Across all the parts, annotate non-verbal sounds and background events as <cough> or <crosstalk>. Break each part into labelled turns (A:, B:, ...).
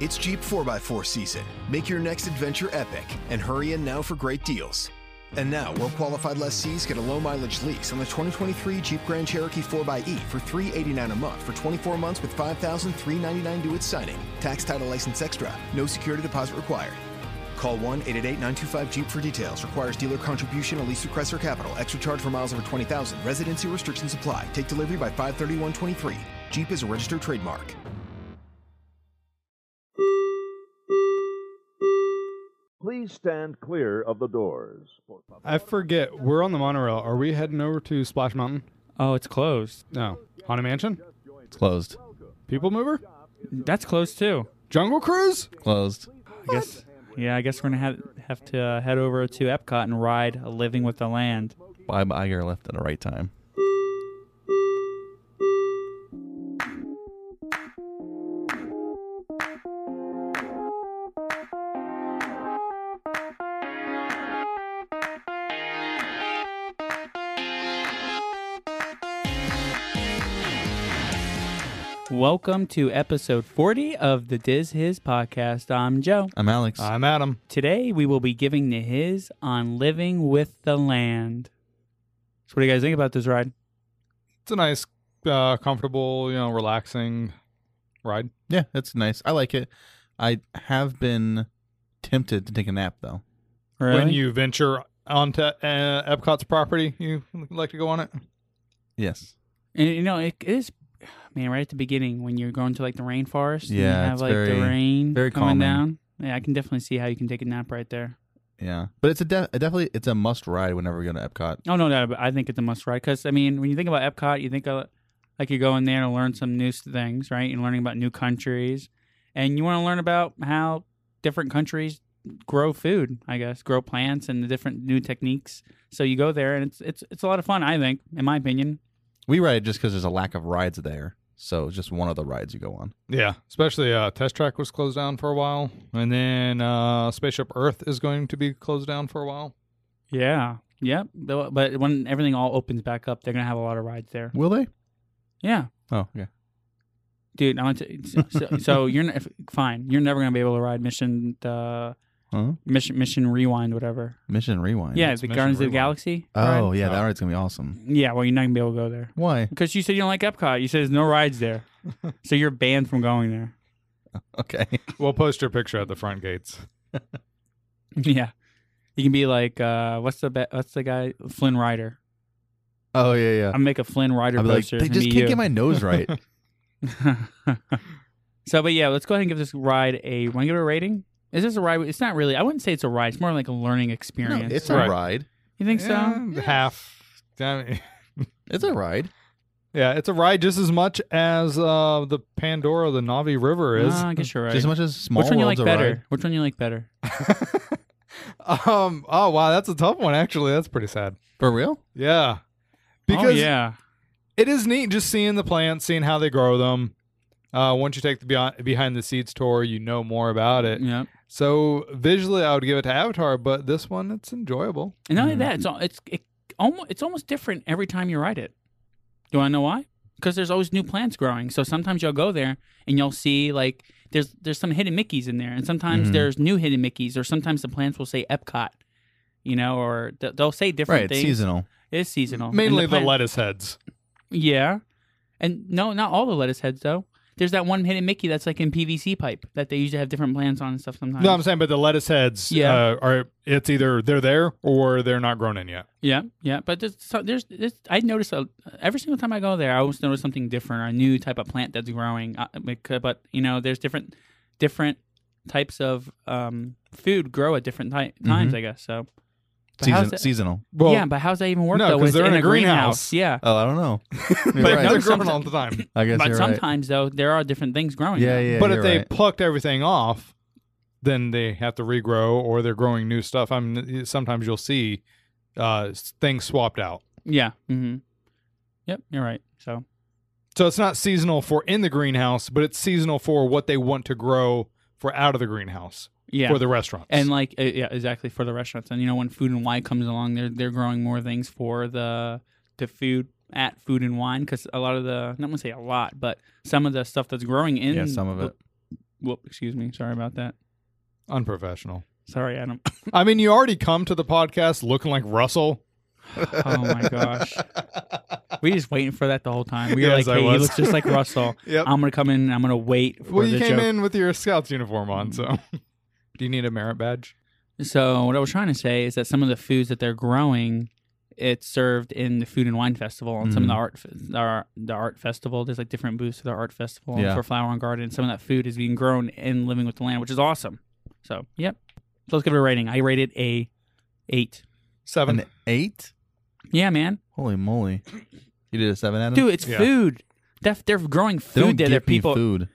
A: It's Jeep 4x4 season. Make your next adventure epic and hurry in now for great deals. And now, well qualified lessees get a low mileage lease on the 2023 Jeep Grand Cherokee 4xE for $389 a month for 24 months with $5,399 due at signing. Tax title license extra. No security deposit required. Call 1 888 925 Jeep for details. Requires dealer contribution, a lease request or capital. Extra charge for miles over 20,000. Residency restrictions apply. Take delivery by 531 23. Jeep is a registered trademark.
B: Please stand clear of the doors. For public-
C: I forget. We're on the monorail. Are we heading over to Splash Mountain?
D: Oh, it's closed.
C: No. Haunted Mansion?
E: It's closed.
C: People Mover?
D: That's closed too.
C: Jungle Cruise?
E: Closed.
D: I guess. Yeah, I guess we're gonna have have to uh, head over to Epcot and ride Living with the Land.
E: Bye bye your left at the right time.
D: Welcome to episode 40 of the Diz His podcast. I'm Joe.
E: I'm Alex.
C: I'm Adam.
D: Today we will be giving the his on Living with the Land. So, what do you guys think about this ride?
C: It's a nice, uh, comfortable, you know, relaxing ride.
E: yeah, that's nice. I like it. I have been tempted to take a nap though.
C: When you venture onto uh, Epcot's property, you like to go on it?
E: Yes.
D: And, you know, it is, man, right at the beginning when you're going to like the rainforest. and you
E: Yeah,
D: have
E: it's
D: like
E: very-
D: the rain
E: very
D: coming
E: calming.
D: down. Yeah, I can definitely see how you can take a nap right there.
E: Yeah. But it's a de- definitely it's a must ride whenever we go to Epcot.
D: Oh no, doubt. about it. I think it's a must ride because I mean, when you think about Epcot, you think of, like you're going there to learn some new s- things, right? You're learning about new countries, and you want to learn about how different countries grow food, I guess, grow plants and the different new techniques. So you go there, and it's it's it's a lot of fun. I think, in my opinion,
E: We ride it just because there's a lack of rides there. So it's just one of the rides you go on.
C: Yeah. Especially uh, Test Track was closed down for a while. And then uh, Spaceship Earth is going to be closed down for a while.
D: yeah. Yep, Though- but when everything all opens back up, they're gonna have a lot of rides there.
E: Will they?
D: Yeah,
E: Oh, okay.
D: dude. I want to. So, so you're n- if, fine. You're never gonna be able to ride Mission uh,
E: Huh?
D: Mission Mission Rewind, whatever.
E: Mission Rewind.
D: Yeah,
C: It's
D: the
C: Mission
D: Guardians of the
C: Rewind.
D: Galaxy.
E: Oh,
D: ride?
E: yeah, that ride's gonna be awesome.
D: Yeah, well, you're not gonna be able to go there
E: Why?
D: because you said you don't like Epcot. You said there's no rides there, so you're banned from going there.
E: <laughs>
D: <laughs>
E: Okay.
C: We'll post your picture at the front gates.
D: yeah, you can be like, uh, what's the be- what's the guy Flynn Rider?
E: Oh yeah, yeah.
D: I'm make a Flynn Rider
E: I'd be like,
D: poster.
E: they
D: and
E: just
D: be
E: can't
D: you."
E: get
D: <laughs>
E: my nose right.
D: so, but yeah, let's go ahead and give this ride a. Want to give it a rating? Is this a ride? It's not really. I wouldn't say it's a ride. It's more like a learning
E: no,
D: experience.
E: it's a
C: Right.
E: ride.
D: you think so?
C: Yeah, Half. Damn it.
E: It's a ride.
C: Yeah, it's a ride just as much as uh, the Pandora, the Navi River is.
D: Ah, I guess you're right.
E: Just as much as small
D: Which one you like
E: World's a
D: better?
E: ride.
D: Which one you like better?
C: <laughs>
D: Oh,
C: um. Oh wow, that's a tough one. Actually, that's pretty sad.
E: For real?
C: Yeah, because
D: oh yeah,
C: it is neat just seeing the plants, seeing how they grow them. Uh, once you take the beyond, behind the seeds tour, you know more about it.
D: yeah.
C: So visually, I would give it to Avatar, but this one, it's enjoyable.
D: And not only that, it's al- it's it, almost it's almost different every time you ride it. Do I know why? Because there's always new plants growing. So sometimes you'll go there and you'll see like there's there's some hidden Mickey's in there, and sometimes
C: Mm-hmm.
E: Mhm.
D: there's new hidden Mickey's, or sometimes the plants will say Epcot, you know, or th- they'll say different
E: Right, it's
D: things.
E: seasonal.
D: It's seasonal. And
C: Mainly the,
D: plant-
C: lettuce heads.
D: Yeah, and no, not all the lettuce heads though. There's that one hidden Mickey that's like in PVC pipe that they used to have different plants on and stuff sometimes.
C: No, I'm saying, but the lettuce heads.
D: Yeah.
C: uh, are it's either they're there or they're not grown in yet.
D: Yeah, yeah, but there's so there's, there's I notice a, every single time I go there, I always notice something different, or a new type of plant that's growing. Uh, like, uh, But you know, there's different different types of um, food grow at different ti- times, I guess. So, But how's
E: Season,
D: it-
E: seasonal.
C: Well,
D: yeah, but how's that even work
C: no,
D: though?
C: 'cause
D: When it's
C: they're
D: in, a greenhouse.
C: greenhouse.
D: yeah.
E: Oh, I
D: <laughs>
E: don't know. You're
C: but
E: right.
C: they're grown
D: sometimes-
C: all the time.
E: I guess
D: but
E: you're right.
D: sometimes though, there are different things growing.
E: Yeah,
D: though.
E: yeah.
C: but
E: you're
C: if they
E: right.
C: plucked everything off, then they have to regrow or they're growing new stuff. I'm sometimes you'll see uh, s- things swapped out.
D: yeah. hmm Yep, you're right. So,
C: So it's not seasonal for in the greenhouse, but it's seasonal for what they want to grow for out of the greenhouse
D: yeah.
C: for the restaurants.
D: And like, uh, yeah, exactly for the restaurants. And you know, when Food and Wine comes along, they're they're growing more things for the the food at Food and Wine because a lot of the I'm not gonna say a lot, but some of the stuff that's growing in
E: Yeah, some of
D: the-
E: it.
D: Whoop, excuse me. Sorry about that.
C: Unprofessional.
D: Sorry,
C: <laughs>
D: Adam.
C: I mean, you already come to the podcast looking like Russell.
D: Oh my gosh. We just waiting for that the whole time. We were
C: Yes,
D: like,
C: I
D: hey, he
C: was.
D: looks
C: <laughs>
D: just like Russell.
C: Yep.
D: I'm gonna come in and I'm gonna wait for
C: Um, well, you
D: the
C: came
D: joke.
C: in with your Scouts uniform on, so. <laughs> Do you need a merit badge?
D: So what I was trying to say is that some of the foods that they're growing, it's served in the food and wine festival and some of the
E: Mhm.
D: art, f- the art the art festival. There's like different booths for the art festival
E: Yeah.
D: for flower and garden. Some of that food is being grown and living with the land, which is awesome. So yep. So let's give it a rating. I rated a eight.
C: Seven.
D: <laughs>
E: An eight?
D: Yeah, man,
E: Holy moly! You did a seven, Adam.
D: dude, it's
C: Yeah.
D: food. That they're growing
E: they don't
D: food there
E: give
D: that
E: me
D: people,
E: food.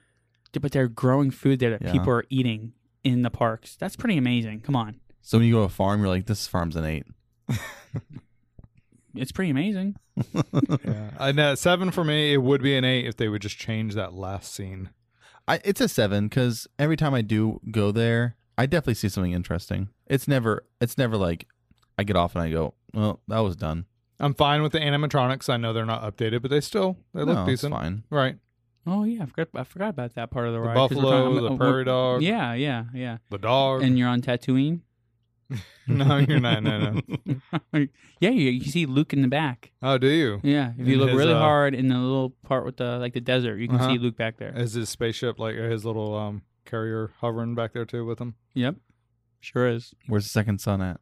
D: Dude, but they're growing food there that
E: Yeah.
D: people are eating in the parks. That's pretty amazing. Come on,
E: So when you go to a farm, you're like, this farm's an eight.
D: it's pretty amazing.
C: yeah. And uh, seven for me, it would be an eight if they would just change that last scene.
E: I, it's a seven because every time I do go there, I definitely see something interesting. It's never, it's never like I get off and I go, well, that was done.
C: I'm fine with the animatronics. I know they're not updated, but they still they
E: No,
C: look
E: it's
C: decent.
E: fine.
C: Right.
D: Oh yeah, I forgot, I forgot about that part of the,
C: The
D: ride. 'cause we're
C: buffalo,
D: I'm-
C: the
D: uh,
C: prairie
D: we're-
C: dog,
D: Yeah, yeah, yeah.
C: the dog.
D: And you're on Tatooine.
C: <laughs>
D: <laughs>
C: no, you're not. No, no.
D: yeah, you, you see Luke in the back.
C: Oh, do you?
D: Yeah, if
C: In
D: you look
C: his,
D: really
C: uh,
D: hard in the little part with the like the desert, you can
C: Uh-huh.
D: see Luke back there.
C: Is his spaceship like or his little um carrier hovering back there too with him?
D: yep, sure is.
E: Where's the second son at?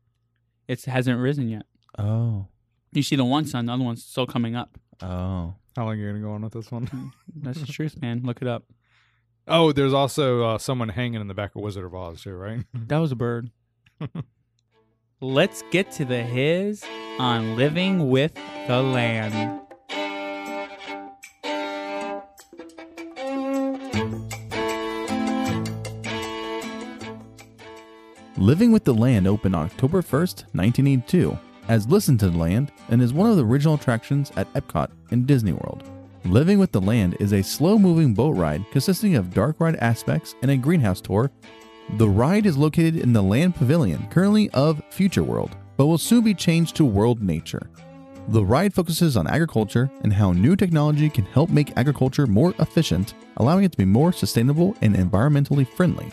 D: It hasn't risen yet.
E: Oh,
D: You see the one sun, the other one's still coming up.
E: oh,
C: How long are you gonna go on with this one? <laughs>
D: That's the truth, man. Look it up.
C: oh, there's also uh, someone hanging in the back of Wizard of Oz too, right?
D: That was
C: <laughs>
D: a bird. Let's get to the his on living with the land.
E: Living with the Land opened October 1st, 1982, as Listen to the Land and is one of the original attractions at Epcot and Disney World. Living with the Land is a slow moving boat ride consisting of dark ride aspects and a greenhouse tour. The ride is located in the Land Pavilion, currently of Future World, but will soon be changed to World Nature. The ride focuses on agriculture and how new technology can help make agriculture more efficient, allowing it to be more sustainable and environmentally friendly.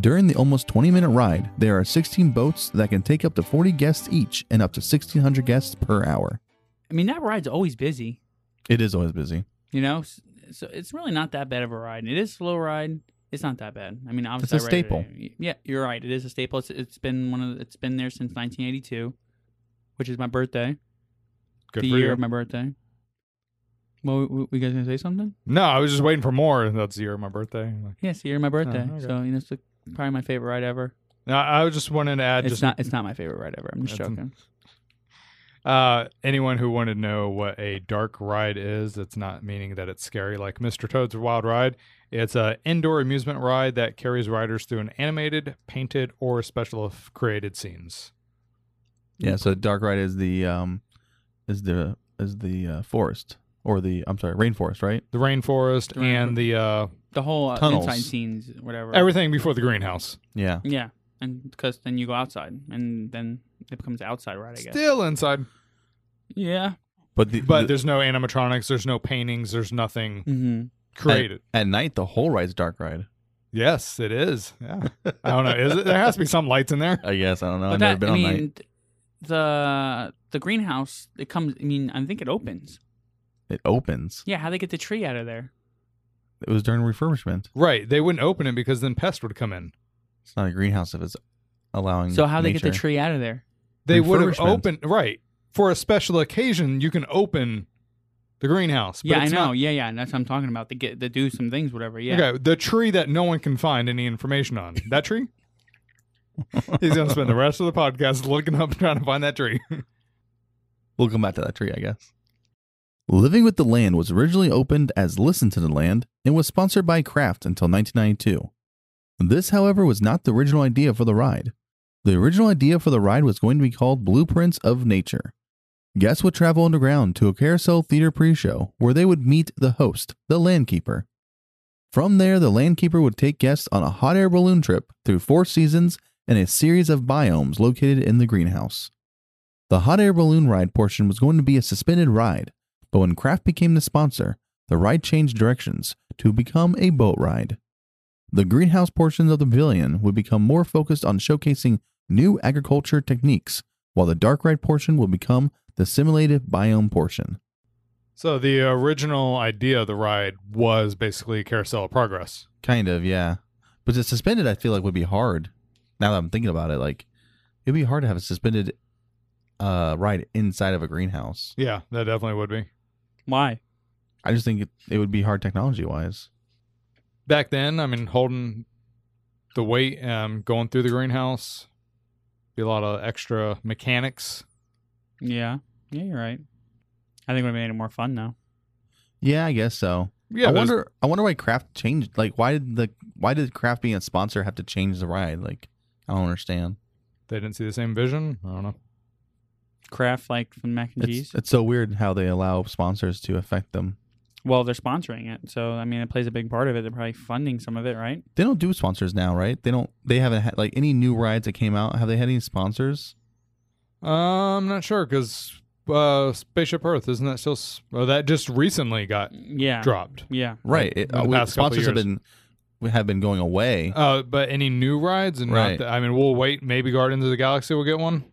E: During the almost 20 minute ride, there are 16 boats that can take up to 40 guests each and up to 1,600 guests per hour.
D: I mean, that ride's always busy,
E: It is always busy.
D: you know? S- So it's really not that bad of a ride. And it is a slow ride. It's not that bad. I mean, obviously,
E: It's a
D: I rated it-
E: staple.
D: yeah, you're right. It is a staple. It's, it's been one of the, it's been there since 1982, which is my birthday,
C: Good
D: the
C: for
D: year
C: you.
D: of my birthday. Well, w- w- you guys gonna say something?
C: no, I was just waiting for more. That's the year of my birthday. Like,
D: Yeah, it's the year of my birthday.
C: Oh, okay.
D: So you know, it's like probably my favorite ride ever.
C: no, I was just wanting to add
D: it's
C: just
D: not. It's not my favorite ride ever. I'm just
C: That's-
D: joking.
C: Uh, anyone who wanted to know what a dark ride is, it's not meaning that it's scary like Mr. Toad's Wild Ride. It's a indoor amusement ride that carries riders through an animated, painted, or special f- created scenes.
E: Yeah. So dark ride is the um, is the is the uh, forest or the I'm sorry rainforest, right?
C: The rainforest
D: The rainforest.
C: and the uh,
D: The whole uh,
E: Tunnels.
D: inside scenes, whatever.
C: everything before the greenhouse.
E: Yeah.
D: Yeah, and because then you go outside, and then it becomes outside right. I guess.
C: Still inside,
D: Yeah.
E: But the,
C: but
E: the-
C: there's no animatronics, there's no paintings, there's nothing
D: Mm-hmm.
C: created.
E: at, at night the whole ride's dark ride.
C: yes, it is. Yeah, I don't know. Is it? There has to be some lights in there.
E: I guess I don't know. I've never been
D: I
E: on
D: mean,
E: night.
D: th- the the greenhouse it comes. I mean, I think it opens.
E: It opens.
D: Yeah, how they get the tree out of there?
E: It was during refurbishment.
C: <laughs> Right, they wouldn't open it because then pests would come in.
E: It's not a greenhouse if it's allowing.
D: So how they get the
E: nature.
D: tree out of there?
C: they would have
E: Refurbishment.
C: opened right for a special occasion. You can open the greenhouse. But
D: yeah, I
C: it's
D: know.
C: not-
D: Yeah, yeah, and that's what I'm talking about. They get they do some things, whatever. Yeah.
C: Okay, the tree that no one can find any information on. That
D: <laughs>
C: tree. He's gonna spend the rest of the podcast looking up and trying to find that tree. <laughs>
E: We'll come back to that tree, I guess. Living with the Land was originally opened as Listen to the Land and was sponsored by Kraft until 1992. This, however, was not the original idea for the ride. The original idea for the ride was going to be called Blueprints of Nature. Guests would travel underground to a carousel theater pre show where they would meet the host, the Landkeeper. From there, the Landkeeper would take guests on a hot air balloon trip through four seasons and a series of biomes located in the greenhouse. The hot air balloon ride portion was going to be a suspended ride, but when Kraft became the sponsor, the ride changed directions to become a boat ride. The greenhouse portions of the pavilion would become more focused on showcasing new agriculture techniques, while the dark ride portion will become the simulated biome portion.
C: So the original idea of the ride was basically Carousel of Progress.
E: Kind of, yeah. But to suspend it, I feel like would be hard. Now that I'm thinking about it, like it'd be hard to have a suspended uh, ride inside of a greenhouse.
C: Yeah, that definitely would be.
D: Why?
E: I just think it, it would be hard technology wise.
C: Back then, I mean, holding the weight, um, going through the greenhouse, be a lot of extra mechanics.
D: Yeah. Yeah, you're right. I think we made it more fun now.
E: Yeah, I guess so.
C: Yeah,
E: I
C: there's-
E: wonder. I wonder why Kraft changed. Like, why did the why did Kraft being a sponsor have to change the ride? Like, I don't understand.
C: they didn't see the same vision. I don't know.
D: Kraft like from mac and cheese.
E: It's, it's so weird how they allow sponsors to affect them.
D: Well, they're sponsoring it, so I mean, it plays a big part of it. They're probably funding some of it, right?
E: They don't do sponsors now, right? They don't. They haven't had like any new rides that came out. Have they had any sponsors?
C: Uh, I'm not sure because uh, Spaceship Earth isn't that still? s- Well, that just recently got
D: Yeah.
C: dropped.
D: Yeah.
E: Right.
C: In
E: It,
C: the
E: uh, we-
C: past couple
E: sponsors have
C: years.
E: been we have been going away.
C: Uh, but any new rides and
E: Right.
C: not the, I mean, we'll wait. Maybe Guardians of the Galaxy will get one.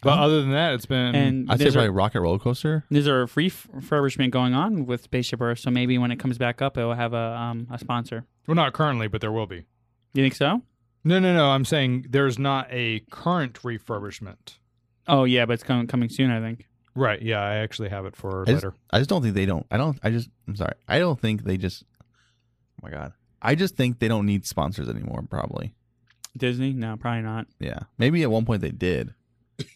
C: but other than that, it's been
D: And
E: I'd say
D: there's
E: probably
D: a,
E: Rocket Roller Coaster.
D: there's a free f- refurbishment going on with Spaceship Earth, so maybe when it comes back up, it will have a um a sponsor.
C: well, not currently, but there will be.
D: You think so?
C: No, no, no. I'm saying there's not a current refurbishment.
D: Oh yeah, but it's coming coming soon, I think.
C: Right. Yeah, I actually have it for
E: I just,
C: later.
E: I just don't think they don't. I don't. I just. I'm sorry. I don't think they just. Oh my god. I just think they don't need sponsors anymore. Probably.
D: Disney? No, probably not.
E: Yeah. Maybe at one point they did,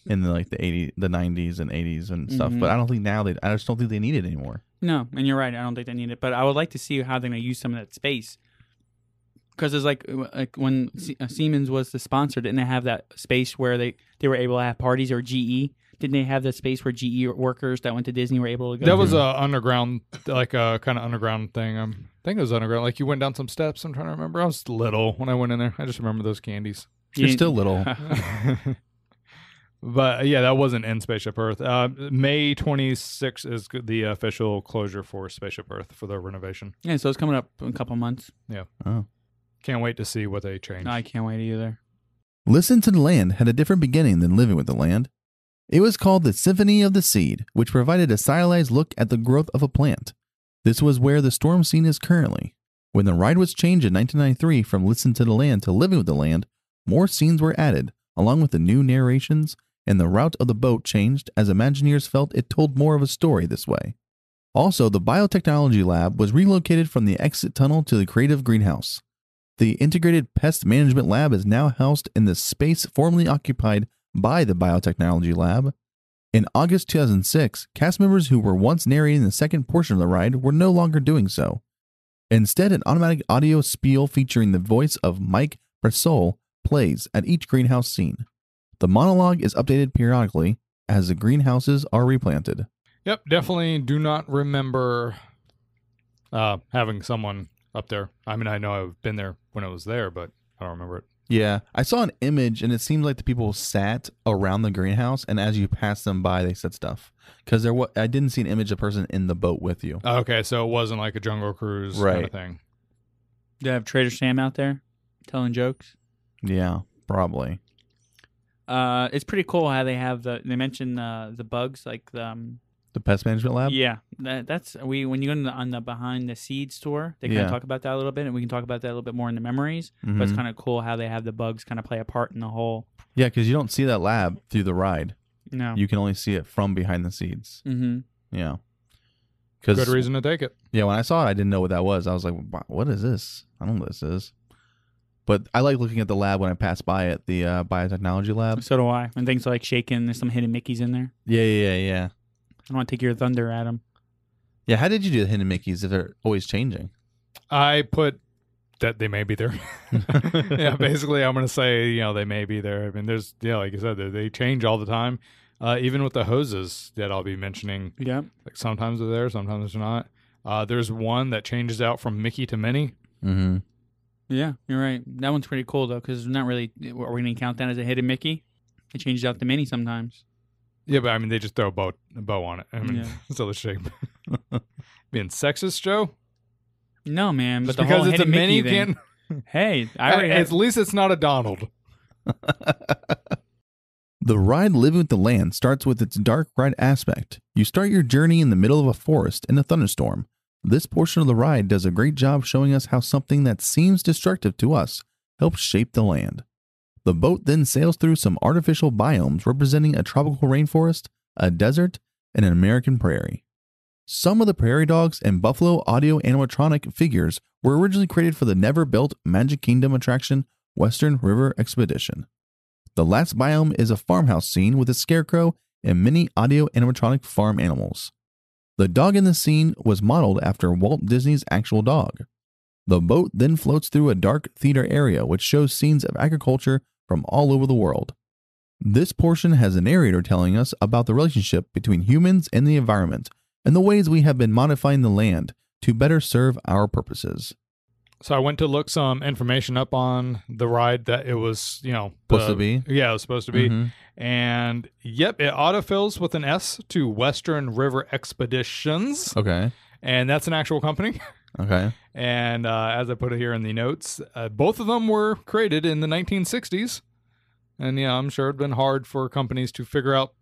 E: in the, like the eighty, the nineties and eighties and stuff.
D: Mhm.
E: But I don't think now they. I just don't think they need it anymore.
D: No, and you're right. I don't think they need it, but I would like to see how they're going to use some of that space. Because it's like like when Sie- uh, Siemens was the sponsor, didn't they have that space where they they were able to have parties or GE? Didn't they have that space where GE workers that went to Disney were able to go?
C: That was a underground, like a kind of underground thing. Um, I think it was underground. Like you went down some steps. I'm trying to remember. I was little when I went in there. I just remember those candies.
D: E?
E: You're still little.
C: <laughs> but uh, yeah, that wasn't in Spaceship Earth. Uh, May 26th is the official closure for Spaceship Earth for their renovation.
D: <laughs> yeah. So it's coming up in a couple months.
E: Oh.
C: Can't wait to see what they change.
D: I can't wait either.
E: Listen to the Land had a different beginning than Living with the Land. It was called the Symphony of the Seed, which provided a stylized look at the growth of a plant. This was where the storm scene is currently. When the ride was changed in 1993 from Listen to the Land to Living with the Land, more scenes were added, along with the new narrations, and the route of the boat changed as Imagineers felt it told more of a story this way. Also, the Biotechnology Lab was relocated from the exit tunnel to the Creative Greenhouse. The Integrated Pest Management Lab is now housed in the space formerly occupied by the Biotechnology Lab. In August 2006, cast members who were once narrating the second portion of the ride were no longer doing so. Instead, an automatic audio spiel featuring the voice of Mike Bressol plays at each greenhouse scene. The monologue is updated periodically as the greenhouses are replanted.
C: Yep, definitely do not remember uh, having someone up there. I mean, I know I've been there when it was there, but I don't remember it.
E: Yeah, I saw an image and it seemed like the people sat around the greenhouse and as you passed them by they said stuff cuz there wa- I didn't see an image of person in the boat with you.
C: Okay, so it wasn't like a jungle cruise kind
E: Right.
C: of thing.
D: Do they have Trader Sam out there telling jokes?
E: Yeah, probably.
D: Uh, it's pretty cool how they have the. They mentioned uh, the bugs, like the um,
E: The pest management lab?
D: yeah. That, that's we when you go on the, on the behind the seed store, they kind
E: Yeah.
D: of talk about that a little bit, and we can talk about that a little bit more in the memories. But it's
E: Mhm.
D: kind of cool how they have the bugs kind of play a part in the whole.
E: Yeah, cuz you don't see that lab through the ride.
D: You know.
E: You can only see it from behind the scenes.
D: mm-hmm.
E: Yeah.
C: Good
E: Cuz
C: reason to take it.
E: yeah, when I saw it I didn't know what that was. I was like, "Wha- "What is this?" I don't know what this is. But I like looking at the lab when I pass by it, the uh, biotechnology lab.
D: So do I. When things are like shaking, there's some hidden Mickey's in there.
E: Yeah, yeah, yeah, yeah.
D: I don't want to take your thunder, Adam.
E: Yeah, how did you do the hidden Mickeys if they're always changing?
C: I put that they may be there. <laughs> yeah, basically, I'm going to say, you know, they may be there. I mean, there's, yeah, like you said, they, they change all the time. Uh, even with the hoses that I'll be mentioning,
D: Yeah.
C: like sometimes they're there, sometimes they're not. Uh, there's one that changes out from Mickey to Minnie.
E: Mm-hmm.
D: Yeah, you're right. That one's pretty cool though, because not really. Are we gonna count that as a hidden Mickey? It changes out the mini sometimes.
C: Yeah, but I mean, they just throw a bow, a bow on it. I mean,
D: Yeah.
C: <laughs> it's all the shape. Being sexist, Joe.
D: No, man.
C: Just
D: but the
C: because
D: whole
C: it's a
D: hidden
C: mini,
D: Mickey
C: you
D: thing-
C: can't.
D: Hey, I already
C: <laughs>
D: had,
C: At least it's not a Donald.
E: The ride Living with the Land starts with its dark ride aspect. You start your journey in the middle of a forest in a thunderstorm. This portion of the ride does a great job showing us how something that seems destructive to us helps shape the land. The boat then sails through some artificial biomes representing a tropical rainforest, a desert, and an American prairie. Some of the prairie dogs and buffalo audio animatronic figures were originally created for the never built Magic Kingdom attraction Western River Expedition. The last biome is a farmhouse scene with a scarecrow and many audio animatronic farm animals. The dog in the scene was modeled after Walt Disney's actual dog. The boat then floats through a dark theater area which shows scenes of agriculture from all over the world. This portion has a narrator telling us about the relationship between humans and the environment and the ways we have been modifying the land to better serve our purposes.
C: So I went to look some information up on the ride that it was, you know,
E: Supposed
C: the-
E: to be. Mm-hmm.
C: Yeah, it was supposed to be. And yep, it autofills with an S to Western River Expeditions,
E: Okay.
C: and that's an actual company. <laughs>
E: Okay.
C: And uh, as I put it here in the notes, uh, both of them were created in the 1960s. And yeah, I'm sure it'd been hard for companies to figure out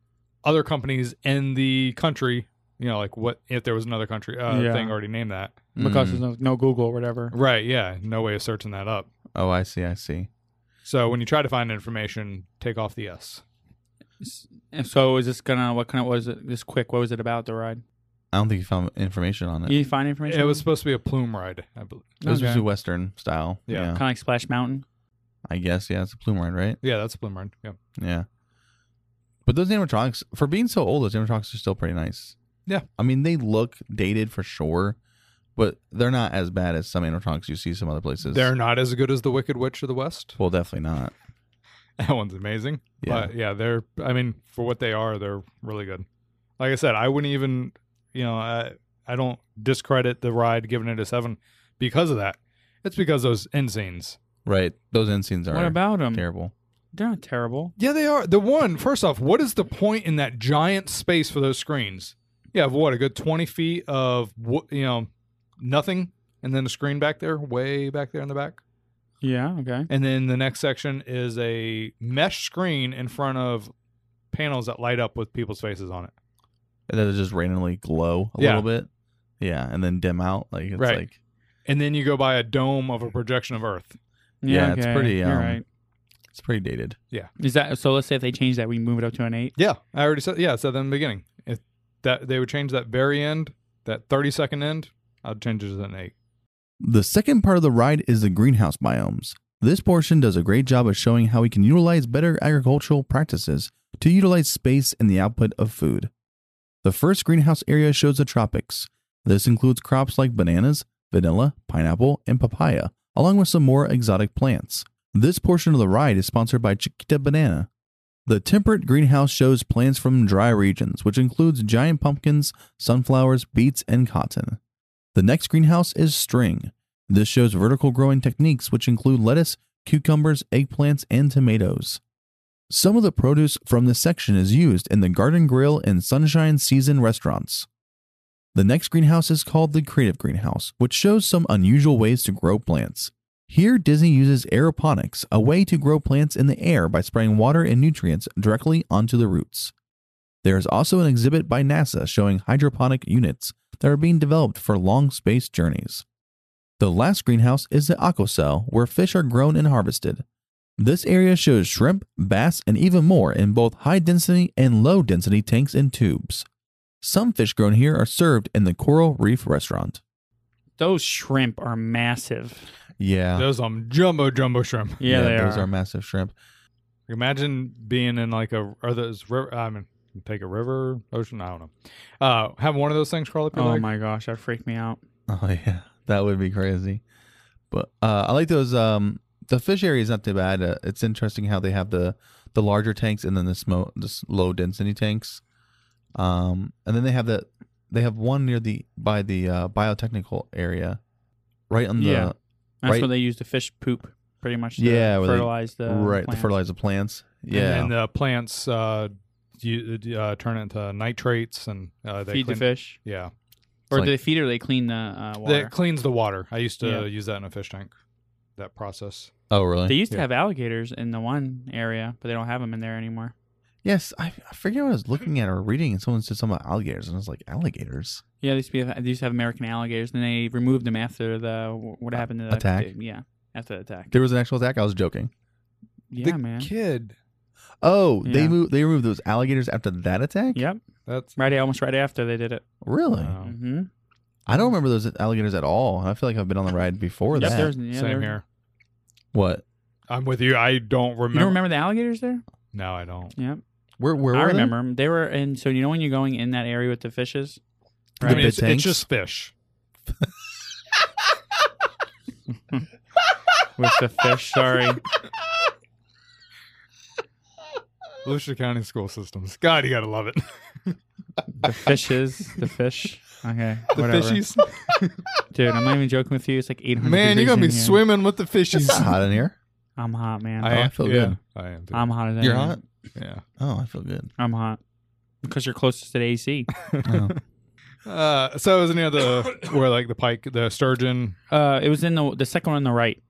C: other companies in the country. You know, like what if there was another country uh,
D: Yeah.
C: thing already named that?
D: because
E: Mm.
D: there's no, no Google or whatever.
C: Right? Yeah, no way of searching that up.
E: Oh, I see. I see.
C: So when you try to find information, take off the S.
D: And so is this gonna what kind of was it? This quick, what was it about the ride?
E: I don't think you found information on it.
D: You find information?
C: It was supposed to be a plume ride, I believe.
E: It was
D: Okay.
E: usually Western style.
C: Yeah.
E: Yeah.
D: kind of like Splash Mountain.
E: I guess. Yeah. It's a plume ride, right?
C: Yeah, that's a plume ride. Yeah,
E: Yeah. But those animatronics, for being so old, those animatronics are still pretty nice.
C: Yeah.
E: I mean, they look dated for sure, but they're not as bad as some animatronics you see some other places.
C: they're not as good as the Wicked Witch of the West. <laughs>
E: well, definitely not.
C: That one's amazing.
E: Yeah.
C: But yeah, they're. I mean, for what they are, they're really good. Like I said, I wouldn't even. You know, I I don't discredit the ride giving it a seven because of that. It's because those end scenes.
E: right. Those end scenes are
D: What about them?
E: terrible.
D: They're not terrible.
C: Yeah, they are. The one first off, what is the point in that giant space for those screens? You have what a good twenty feet of wo- you know nothing, and then a screen back there, way back there in the back.
D: Yeah. Okay.
C: And then the next section is a mesh screen in front of panels that light up with people's faces on it.
E: And then they just randomly glow a
C: Yeah.
E: little bit. Yeah. And then dim out. Like, it's
C: Right.
E: like,
C: And then you go by a dome of a projection of Earth.
E: Yeah, it's
D: okay.
E: pretty,
D: You're
E: um,
D: right.
E: it's pretty dated.
D: Is that so? Let's say if they change that, we move it up to an eight.
C: Yeah, I already said. Yeah, I said that in the beginning. If that they would change that very end, that thirty second end, I'd change it to an eight.
E: The second part of the ride is the greenhouse biomes. This portion does a great job of showing how we can utilize better agricultural practices to utilize space and the output of food. The first greenhouse area shows the tropics. This includes crops like bananas, vanilla, pineapple, and papaya, along with some more exotic plants. This portion of the ride is sponsored by Chiquita Banana. The temperate greenhouse shows plants from dry regions, which includes giant pumpkins, sunflowers, beets, and cotton. The next greenhouse is string. This shows vertical growing techniques which include lettuce, cucumbers, eggplants, and tomatoes. Some of the produce from this section is used in the Garden Grill and Sunshine Season restaurants. The next greenhouse is called the Creative Greenhouse, which shows some unusual ways to grow plants. Here, Disney uses aeroponics, a way to grow plants in the air by spraying water and nutrients directly onto the roots. There is also an exhibit by NASA showing hydroponic units that are being developed for long space journeys. The last greenhouse is the aquacell, where fish are grown and harvested. This area shows shrimp, bass, and even more in both high density and low density tanks and tubes. Some fish grown here are served in the Coral Reef restaurant.
D: Those shrimp are massive.
E: Yeah.
C: Those um jumbo jumbo shrimp.
D: Yeah, they
E: those
D: are.
E: are massive shrimp.
C: Imagine being in like a or those river. I mean, take a river, ocean. I don't know. Uh, have one of those things crawl up your
D: oh
C: leg.
D: my gosh, that freaked me out.
E: <laughs> Oh yeah, that would be crazy. But uh, I like those. Um, the fish area is not too bad. Uh, it's interesting how they have the the larger tanks and then the smoke, the s- low density tanks. Um, and then they have that they have one near the by the uh, biotechnical area, right on the
D: Yeah. That's
E: Right.
D: where they use the fish poop, pretty much. To
E: Yeah, where they-
D: fertilize the
E: right the
D: plants.
E: fertilizer plants. Yeah,
C: And, and the plants uh, you, uh, turn it into nitrates and uh, they
D: feed
C: clean,
D: the fish,
C: Yeah,
D: or
E: like-
D: do they feed or they clean the uh,
C: that
D: water.
C: cleans the water. I used to
D: Yeah.
C: use that in a fish tank. that process.
E: Oh,
D: They
E: really?
D: used to
C: Yeah.
D: have alligators in the one area, but they don't have them in there anymore.
E: yes. I, I forget what I was looking at or reading, and someone said something about alligators, and I was like, alligators?
D: Yeah, they used to, be, they used to have American alligators, and they removed them after the what happened to the
E: Attack?
D: yeah, after the attack.
E: There was an actual attack. I was joking.
D: yeah,
C: the
D: man.
C: kid.
E: Oh, they
D: Yeah.
E: moved. They removed those alligators after that attack.
D: Yep,
C: That's
D: right. Almost right after they did it.
E: Really?
C: wow.
D: Mm-hmm.
E: I don't remember those alligators at all. I feel like I've been on the ride before
D: Yep,
E: that.
D: there's- yeah, there-
C: same here.
E: What?
C: I'm with you. I don't remember.
D: You don't remember the alligators there?
C: No, I don't.
D: Yep.
E: Where? Where?
D: I
E: were they?
D: remember them. They were in. So you know when you're going in that area with the fishes,
E: The
C: I mean,
E: big
C: it's, it's
E: tanks?
C: just fish.
D: with the fish. Sorry.
C: Volusia County School Systems. God, you gotta love it. <laughs>
D: The fishes, the fish. Okay,
C: The
D: whatever. <laughs>
C: fishies.
D: Dude, I'm not even joking with you. It's like 800.
C: Man, you're
D: degrees
C: gonna be
D: in here.
C: swimming with the
E: It's
D: <laughs>
C: fishies.
E: <laughs> not hot in here.
D: I'm hot, man.
E: I- feel
C: yeah,
E: good.
C: I am. Too.
D: I'm hotter than
E: You're
D: you.
E: hot.
C: yeah.
E: Oh, I feel good.
D: I'm hot because you're closest to the AC.
E: Oh.
C: Uh, so it was near the
D: <coughs>
C: where like the pike, the sturgeon.
D: Uh, it was in the the second one on the right.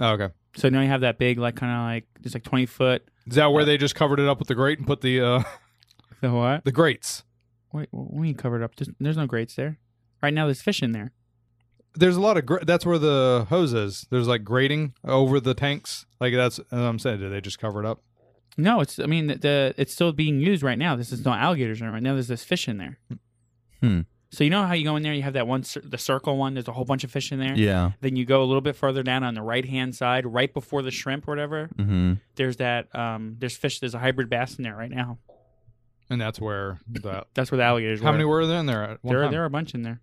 C: Oh, okay.
D: So now you have that big, like kind of like it's like 20 foot.
C: Is that where they just covered it up with the grate and put the uh <laughs>
D: The what?
C: the grates?
D: Wait, what do you mean covered up? There's, there's no grates there. Right now, there's fish in there.
C: There's a lot of gra- that's where the hose is. There's like grating over the tanks. Like that's as I'm saying. Did they just cover it up?
D: No, it's. I mean, the, the it's still being used right now. This is no alligators in it right now. There's this fish in there.
E: Hmm.
D: So you know how you go in there, you have that one, cir- the circle one. There's a whole bunch of fish in there.
E: yeah.
D: Then you go a little bit further down on the right hand side, right before the shrimp or whatever.
E: Mm-hmm.
D: There's that. Um, there's fish. There's a hybrid bass in there right now.
C: And that's where the
D: That's where the alligators.
C: how
D: were.
C: many were there in there? At one
D: There, are-
C: time? Oh,
D: there are a bunch in there.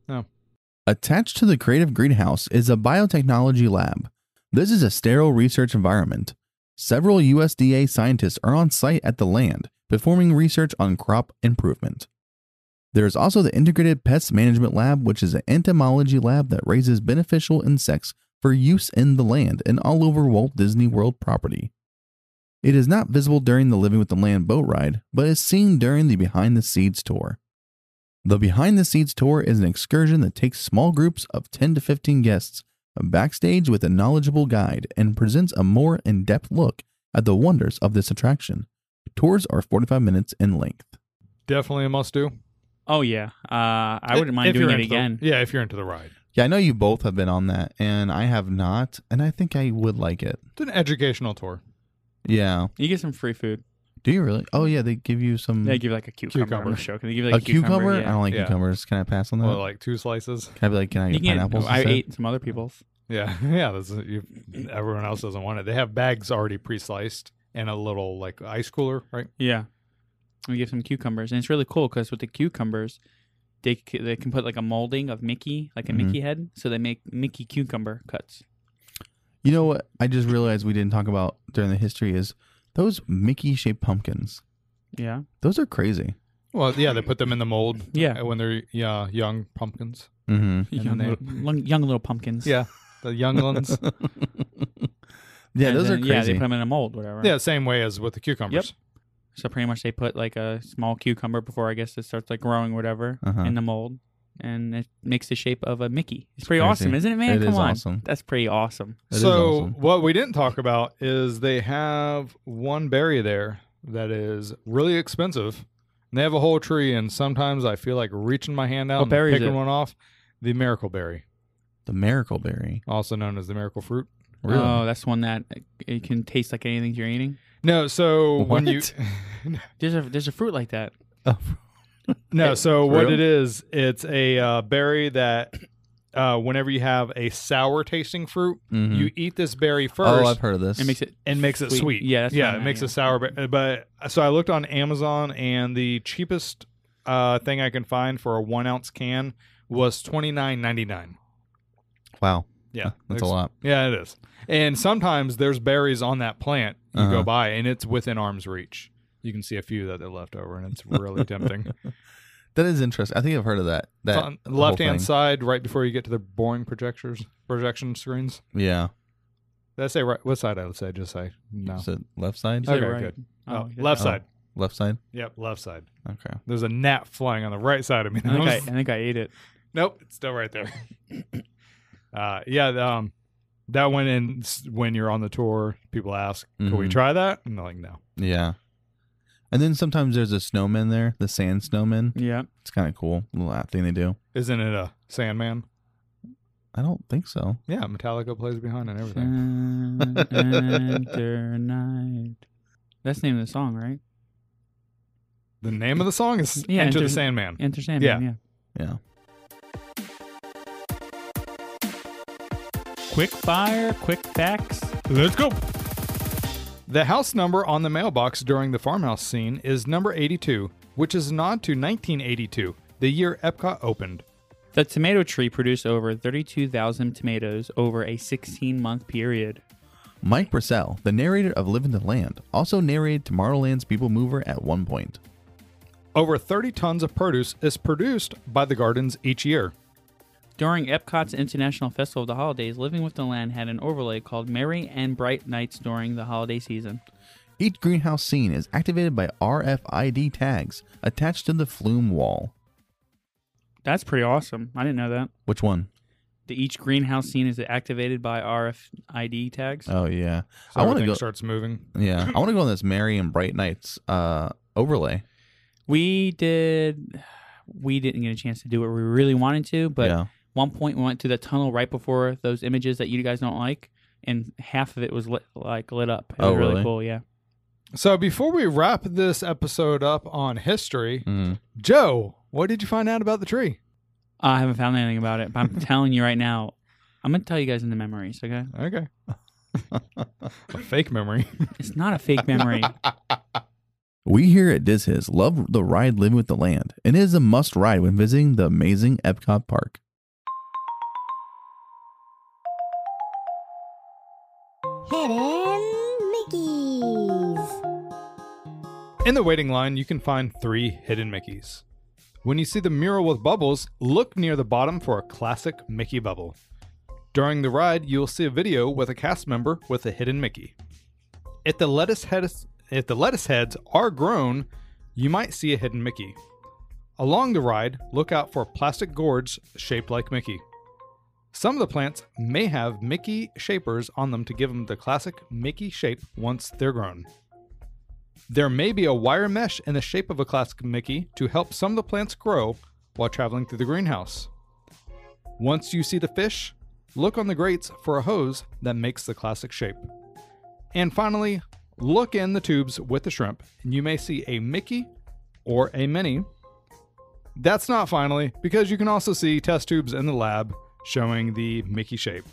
E: Attached to the creative greenhouse is a biotechnology lab. This is a sterile research environment. Several USDA scientists are on site at the land performing research on crop improvement. There is also the Integrated Pest Management Lab, which is an entomology lab that raises beneficial insects for use in the land and all over Walt Disney World property. It is not visible during the Living with the Land boat ride, but is seen during the Behind the Seeds tour. The Behind the Scenes tour is an excursion that takes small groups of 10 to 15 guests backstage with a knowledgeable guide and presents a more in depth look at the wonders of this attraction. Tours are 45 minutes in length.
C: Definitely a must do.
D: Oh yeah. Uh, I wouldn't mind
C: If
D: doing
C: you're
D: it
C: into the-
D: again.
C: yeah, if you're into the ride,
E: Yeah, I know you both have been on that, and I have not, and I think I would like it.
C: it's an educational tour.
E: Yeah.
D: You get some free food.
E: Do you really? Oh, yeah, they give you some.
D: They give you like a cucumber.
C: Cucumber.
D: I'm just joking. They give you like
E: a cucumber? I
D: yeah.
E: don't like
C: Yeah.
E: cucumbers. Can I pass on that?
C: Well, like two slices.
E: can I be like, can I
D: You
E: get
D: can get-
E: pineapples?
D: I
E: instead?
D: ate some other people's.
C: Yeah, <laughs> yeah. That's you, everyone else doesn't want it. They have bags already pre-sliced and a little like ice cooler, right?
D: Yeah. We give some cucumbers, and it's really cool because with the cucumbers, they c- they can put like a molding of Mickey, like a
E: Mhm.
D: Mickey head, so they make Mickey cucumber cuts.
E: You know what? I just realized we didn't talk about during the history is those Mickey shaped pumpkins.
D: Yeah.
E: Those are crazy.
C: Well, yeah, they put them in the mold.
D: <laughs> Yeah.
C: uh, when they're yeah young pumpkins.
E: <laughs> Mm-hmm.
C: And
D: Young,
C: then
D: little, lung- young little pumpkins.
C: Yeah, the young
E: <laughs>
C: ones.
E: Yeah,
D: And
E: those
D: then,
E: are
D: Yeah, they
E: crazy.
D: put them in a mold, whatever.
C: yeah, same way as with the cucumbers.
D: So pretty much they put like a small cucumber before I guess it starts like growing, whatever,
E: Uh-huh.
D: in the mold, and it makes the shape of a Mickey. It's pretty
E: crazy.
D: awesome, isn't it, man?
E: It
D: Come
E: is
D: on.
E: awesome.
D: That's pretty awesome.
E: That is
C: so
E: awesome.
C: what we didn't talk about is they have one berry there that is really expensive. And they have a whole tree, and sometimes I feel like reaching my hand out
D: What
C: and
D: berry is
C: picking
D: it?
C: one off. The miracle berry,
E: the miracle berry.
C: also known as the miracle fruit.
E: Really?
D: Oh, that's one that uh, it can taste like anything you're eating.
C: No, so
D: <laughs>
C: when you
E: What?
D: There's a there's a fruit like that.
C: No,
D: It-
C: so
E: For
C: what
E: real?
C: it is, it's a uh, berry that uh, whenever you have a sour tasting fruit,
E: Mhm.
C: you eat this berry
E: oh, I've
C: first
E: heard of this.
D: It makes it
C: and makes it
D: sweet.
C: sweet.
D: Yeah, that's what
C: yeah,
D: I
C: it
D: meant,
C: makes
D: yeah.
C: a sour berry. But so I looked on Amazon, and the cheapest uh, thing I can find for a one ounce can was twenty nine ninety nine.
E: wow.
C: Yeah,
E: that's
C: There's-
E: a lot.
C: Yeah, it is. And sometimes there's berries on that plant you
E: Uh-huh.
C: go by, and it's within arm's reach. You can see a few that they're left over, and it's really tempting.
E: That is interesting. I think I've heard of that. That
C: on
E: whole
C: left hand
E: thing.
C: side, right before you get to the boring projectors projection screens.
E: Yeah.
C: Did I say right? What side? I would say just say
E: You
C: no.
E: said left side.
D: You said
C: Okay,
D: right.
C: good.
D: Oh,
C: Oh,
D: yeah.
C: left
E: Oh.
C: side.
E: Left side.
C: Yep, left side.
E: Okay.
C: There's a gnat flying on the right side of me. <laughs>
D: I think I, I think I ate it.
C: nope, it's still right there. uh, yeah, the, um, that one in s- when you're on the tour, people ask, "Can we
E: Mhm.
C: try that?" And they're like, "No."
E: Yeah. And then sometimes there's a snowman there, the sand snowman.
D: Yeah.
E: It's kind of cool. Little app thing they do.
C: Isn't it a Sandman?
E: I don't think so.
C: Yeah, Metallica plays behind and everything.
D: Thunder night. That's the name of the song, right?
C: The name of the song is
D: Yeah,
C: Enter the
D: Enter-
C: Sandman.
D: Enter Sandman. Yeah.
E: Yeah.
D: Quick fire, quick facts.
C: Let's go. The house number on the mailbox during the farmhouse scene is number 82, which is a nod to 1982, the year Epcot opened.
D: The tomato tree produced over 32,000 tomatoes over a 16 month period.
E: Mike Brissell, the narrator of Live in the Land, also narrated Tomorrowland's People Mover at one point.
C: Over 30 tons of produce is produced by the gardens each year.
D: During Epcot's International Festival of the Holidays, Living with the Land had an overlay called Merry and Bright Nights during the holiday season.
E: Each greenhouse scene is activated by RFID tags attached to the flume wall.
D: That's pretty awesome. I didn't know that.
E: Which one?
D: The each greenhouse scene is activated by RFID tags.
E: Oh yeah,
C: So
E: I want to
C: everything
E: go.
C: starts moving.
E: yeah, I want to go on this Merry and Bright Nights uh, overlay.
D: we did we didn't get a chance to do what we really wanted to, but
E: yeah,
D: one point we went to the tunnel right before those images that you guys don't like and half of it was lit, like lit up. It
E: Oh,
D: was really,
E: really?
D: cool, yeah.
C: So before we wrap this episode up on history,
E: Mm.
C: Joe, what did you find out about the tree?
D: I haven't found anything about it, but
E: <laughs>
D: I'm telling you right now. I'm going to tell you guys in the memories, okay?
C: Okay. a fake memory. <laughs>
D: It's not a fake
E: <laughs>
D: memory.
E: we here at Diz His love the ride Living with the Land, and it is a must ride when visiting the amazing Epcot Park.
F: Hidden Mickeys.
C: In the waiting line, you can find three hidden Mickeys. When you see the mural with bubbles, look near the bottom for a classic Mickey bubble. During the ride, you'll see a video with a cast member with a hidden Mickey. If the lettuce heads, if the lettuce heads are grown, you might see a hidden Mickey. Along the ride, look out for plastic gourds shaped like Mickey. Some of the plants may have Mickey shapers on them to give them the classic Mickey shape once they're grown. There may be a wire mesh in the shape of a classic Mickey to help some of the plants grow while traveling through the greenhouse. Once you see the fish, look on the grates for a hose that makes the classic shape. And finally, look in the tubes with the shrimp, and you may see a Mickey or a Minnie. That's not finally, because you can also see test tubes in the lab showing the Mickey shape.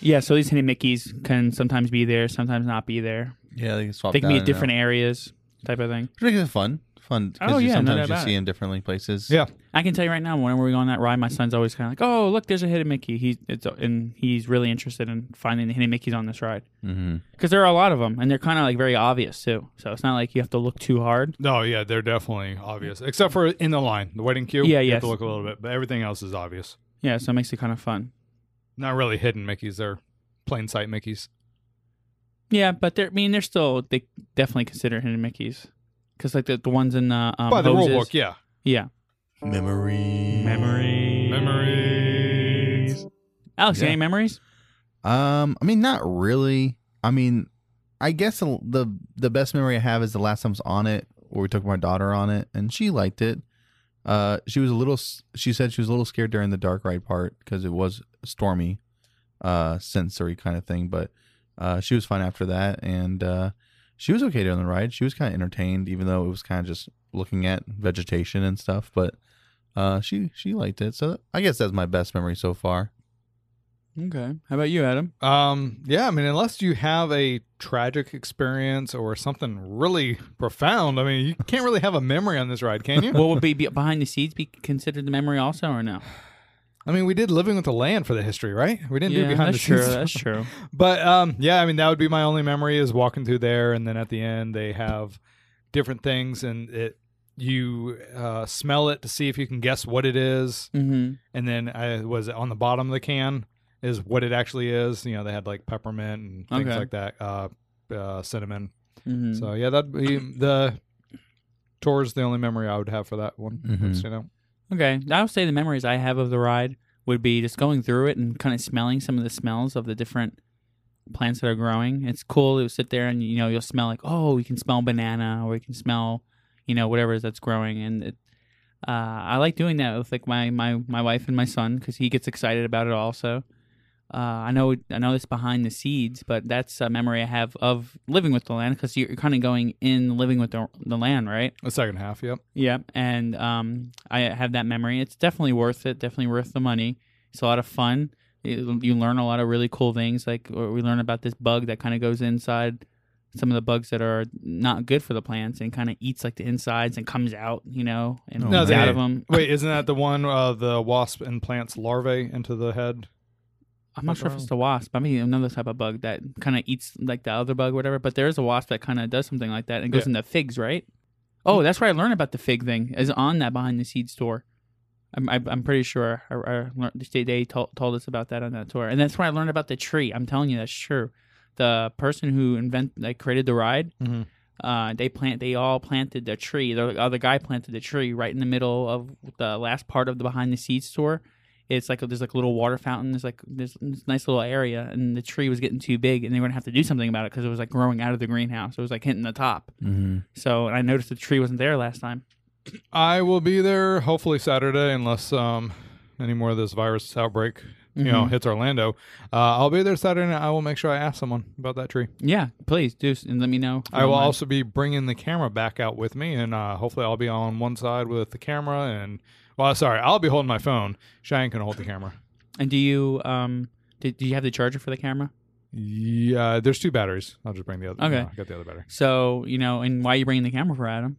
D: yeah, so these hidden Mickeys can sometimes be there, sometimes not be there.
E: Yeah, they can swap.
D: They can be
E: down
D: in
E: and
D: different areas type of thing.
E: out. Which makes it fun, fun. 'cause
D: Oh,
E: you
D: yeah, no doubt
E: sometimes you
D: about
E: see
D: it.
E: in differently places.
C: Yeah.
D: I can tell you right now, whenever we go on that ride, my son's always kind of like, "Oh, look, there's a hidden Mickey." He's it's and he's really interested in finding the hidden Mickeys on this ride
E: Mm-hmm.
D: because there are a lot of them, and they're kind of like very obvious too. So it's not like you have to look too hard.
C: No, yeah, they're definitely obvious, except for in the line, the waiting queue.
D: Yeah,
C: you have to
D: yes.
C: look a little bit, but everything else is obvious.
D: Yeah, so it makes it kind of fun.
C: Not really hidden Mickeys; they're plain sight Mickeys.
D: Yeah, but they're I mean they're still they definitely consider hidden Mickeys because like the, the ones in the um,
C: By the rule
D: hoses-
C: book, yeah.
D: yeah.
E: Memory.
D: Memory.
C: Memories.
D: Alex, you
E: Yeah.
D: any memories?
E: Um, I mean, not really. I mean, I guess the the, the best memory I have is the last time I was on it, where we took my daughter on it, and she liked it. Uh, she was a little. s- She said she was a little scared during the dark ride part because it was stormy, uh, sensory kind of thing. But uh, she was fine after that, and uh, she was okay during the ride. She was kind of entertained, even though it was kind of just looking at vegetation and stuff. But uh, she she liked it. So I guess that's my best memory so far.
D: Okay. How about you, Adam?
C: Um, yeah, I mean, unless you have a tragic experience or something really profound, I mean, you can't really have a memory on this ride, can you?
D: what would be, be behind the scenes be considered the memory also or no?
C: I mean, we did living with the land for the history, right? We didn't do
D: yeah,
C: behind
D: that's
C: the
D: true.
C: scenes.
D: That's <laughs> true.
C: But um, yeah, I mean that would be my only memory is walking through there, and then at the end they have different things, and it you uh, smell it to see if you can guess what it is,
D: hmm
C: and then I was on the bottom of the can is what it actually is. You know, they had like peppermint and things
D: Okay.
C: like that, uh, uh, cinnamon.
D: hmm
C: So yeah, that'd be the tour's the only memory I would have for that one.
E: Mhm.
C: You know,
D: Okay. I would say the memories I have of the ride would be just going through it and kind of smelling some of the smells of the different plants that are growing. It's cool to sit there and you know you'll smell like oh you can smell banana or you can smell you know whatever it is that's growing and it, uh, I like doing that with like my my my wife and my son because he gets excited about it also. Uh, I know I know it's behind the seeds, but that's a memory I have of living with the land because you're kind of going in living with the, the land, right?
C: The second half, yep.
D: Yeah, and um, I have that memory. It's definitely worth it. Definitely worth the money. It's a lot of fun. You you learn a lot of really cool things. Like or we learn about this bug that kind of goes inside some of the bugs that are not good for the plants and kind of eats like the insides and comes out, you know, and
E: No,
D: comes
E: they-
D: out of them.
C: Wait, isn't that the one uh, the wasp implants larvae into the head?
D: I'm not sure if it's the wasp. I mean, another type of bug that kind of eats like the other bug, or whatever. But there is a wasp that kind of does something like that and goes
C: Yeah.
D: into figs, right? Oh, that's where I learned about the fig thing. Is on that behind the seed store. I'm I, I'm pretty sure I, I learned, they, they told, told us about that on that tour, and that's where I learned about the tree. I'm telling you, that's true. The person who invent like created the ride,
C: Mhm.
D: uh, they plant they all planted the tree. The other guy planted the tree right in the middle of the last part of the behind the seed store it's like there's like a little water fountain. There's like there's this nice little area, and the tree was getting too big, and they were gonna have to do something about it because it was like growing out of the greenhouse. It was like hitting the top.
E: Mm-hmm.
D: So and I noticed the tree wasn't there last time.
C: I will be there hopefully Saturday, unless um, any more of this virus outbreak you
D: Mm-hmm.
C: know hits Orlando. Uh, I'll be there Saturday, and I will make sure I ask someone about that tree.
D: Yeah, please do s- and let me know. if you
C: I will
D: don't mind.
C: also be bringing the camera back out with me, and uh, hopefully I'll be on one side with the camera, and well, sorry, I'll be holding my phone. Cheyenne can hold the camera.
D: And do you um do, do you have the charger for the camera?
C: Yeah, there's two batteries. I'll just bring the other.
D: Okay.
C: no, I got the other battery.
D: So you know, and why are you bringing the camera for Adam?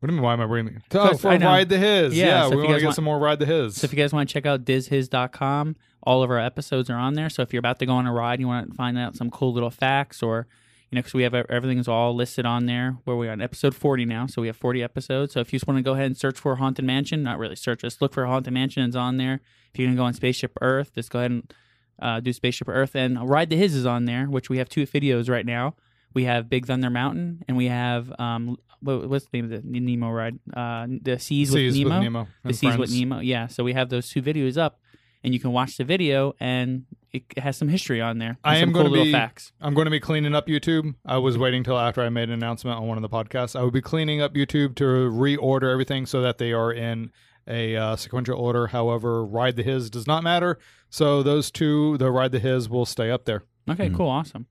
C: What do you mean? Why am I bringing? The-
D: So
C: oh,
D: if-
C: for
D: I know.
C: ride the his.
D: Yeah,
C: Yeah,
D: so if
C: we
D: you
C: want to
D: guys
C: get
D: want-
C: some more ride the his.
D: So if you guys want to check out dizhis.com, all of our episodes are on there. So if you're about to go on a ride, you want to find out some cool little facts or, you know, because we have e, everything's all listed on there where we're on episode 40 now. So we have 40 episodes. So if you just want to go ahead and search for Haunted Mansion, not really search, just look for Haunted Mansion. It's on there. If you're going to go on Spaceship Earth, just go ahead and uh, do Spaceship Earth. And Ride the His is on there, which we have two videos right now. We have Big Thunder Mountain and we have, um, what, what's the name of the Nemo ride? Uh, the Seas,
C: Seas
D: with Nemo
C: Nemo
D: the
C: and
D: sees what
C: friends.
D: Nemo. Yeah, so we have those two videos up, and you can watch the video, and it has some history on there. and
C: I
D: some
C: am
D: cool
C: going to
D: little
C: be.
D: facts.
C: I'm going to be cleaning up YouTube. I was waiting till after I made an announcement on one of the podcasts. I will be cleaning up YouTube to reorder everything so that they are in a uh, sequential order. However, Ride the His does not matter. So those two, the Ride the His, will stay up there.
D: Okay,
G: Mm-hmm.
D: cool, awesome.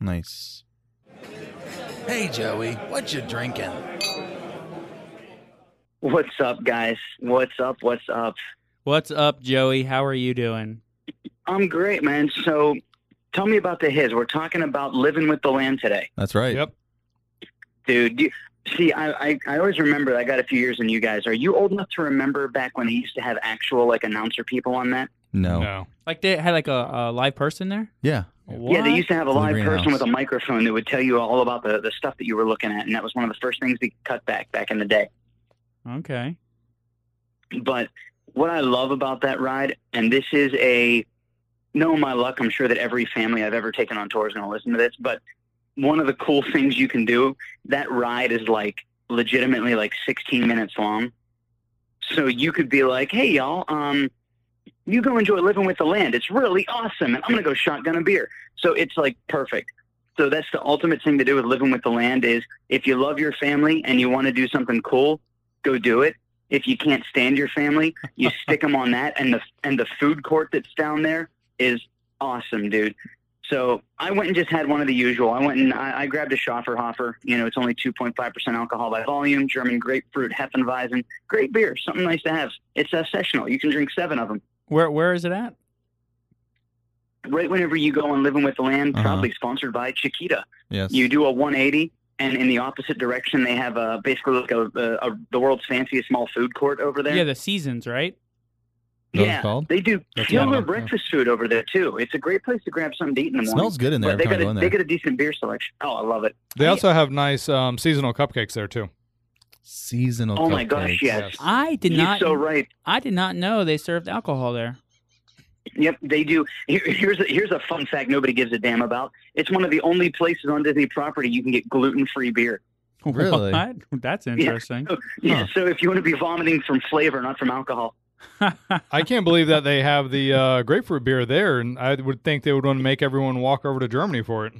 E: Nice.
H: Hey, Joey, what you drinking?
G: What's up, guys? What's up? What's up?
D: What's up, Joey? How are you doing?
G: I'm great, man. So tell me about the his. We're talking about living with the land today,
E: That's right.
C: Yep.
G: dude. Do you, see, I, I, I always remember I got a few years in you guys. Are you old enough to remember back when they used to have actual like announcer people on that?
E: No.
C: No.
D: Like they had like a, a live person there.
E: Yeah.
G: Yeah, they used to have a
E: From the
G: live person
E: greenhouse.
G: with a microphone that would tell you all about the, the stuff that you were looking at, and that was one of the first things they cut back back in the day.
D: Okay.
G: But what I love about that ride, and this is a no my luck, I'm sure that every family I've ever taken on tour is going to listen to this. But one of the cool <laughs> things you can do, that ride is like legitimately like 16 minutes long. So you could be like, hey y'all, um, you go enjoy living with the land. It's really awesome, and I'm going to go shotgun a beer. So it's like perfect. So that's the ultimate thing to do with living with the land is if you love your family and you want to do something cool, go do it if you can't stand your family, you stick them on that, and the and the food court that's down there is awesome, dude. So I went and just had one of the usual. I went and I, I grabbed a Schafferhofer. You know, it's only 2.5 percent alcohol by volume. German grapefruit, Heffenweizen, great beer, something nice to have. It's uh, sessional. You can drink seven of them.
D: Where where is it at?
G: Right whenever you go on Living with the Land,
E: Uh-huh.
G: probably sponsored by Chiquita.
E: Yes.
G: You do a 180, and in the opposite direction, they have uh, basically like a, a, a the world's fanciest small food court over there.
D: Yeah, the seasons, right?
E: Is that what it's
G: yeah,
E: called?
G: they do
E: That's
G: killer
E: one of them, yeah.
G: breakfast food over there too. It's a great place to grab something to eat in the
E: It
G: morning.
E: smells good in there.
G: But they
E: every
G: got
E: time I go
G: a,
E: in
G: they
E: there.
G: got a decent beer selection. Oh, I love it.
C: They
D: I-
C: also have nice um, seasonal cupcakes there too.
E: Seasonal.
G: Oh my
E: cupcakes.
G: gosh, yes.
C: yes.
D: I did
G: You're
D: not.
G: so right.
D: I did not know they served alcohol there. <laughs>
G: Yep, they do. Here, here's a, here's a fun fact nobody gives a damn about. It's one of the only places on Disney property you can get gluten free beer.
E: Really?
D: What? That's interesting. <laughs>
G: Yeah, <laughs> so if you want to be vomiting from flavor, not from alcohol.
C: I can't believe that they have the uh, grapefruit beer there, and I would think they would want to make everyone walk over to Germany for it.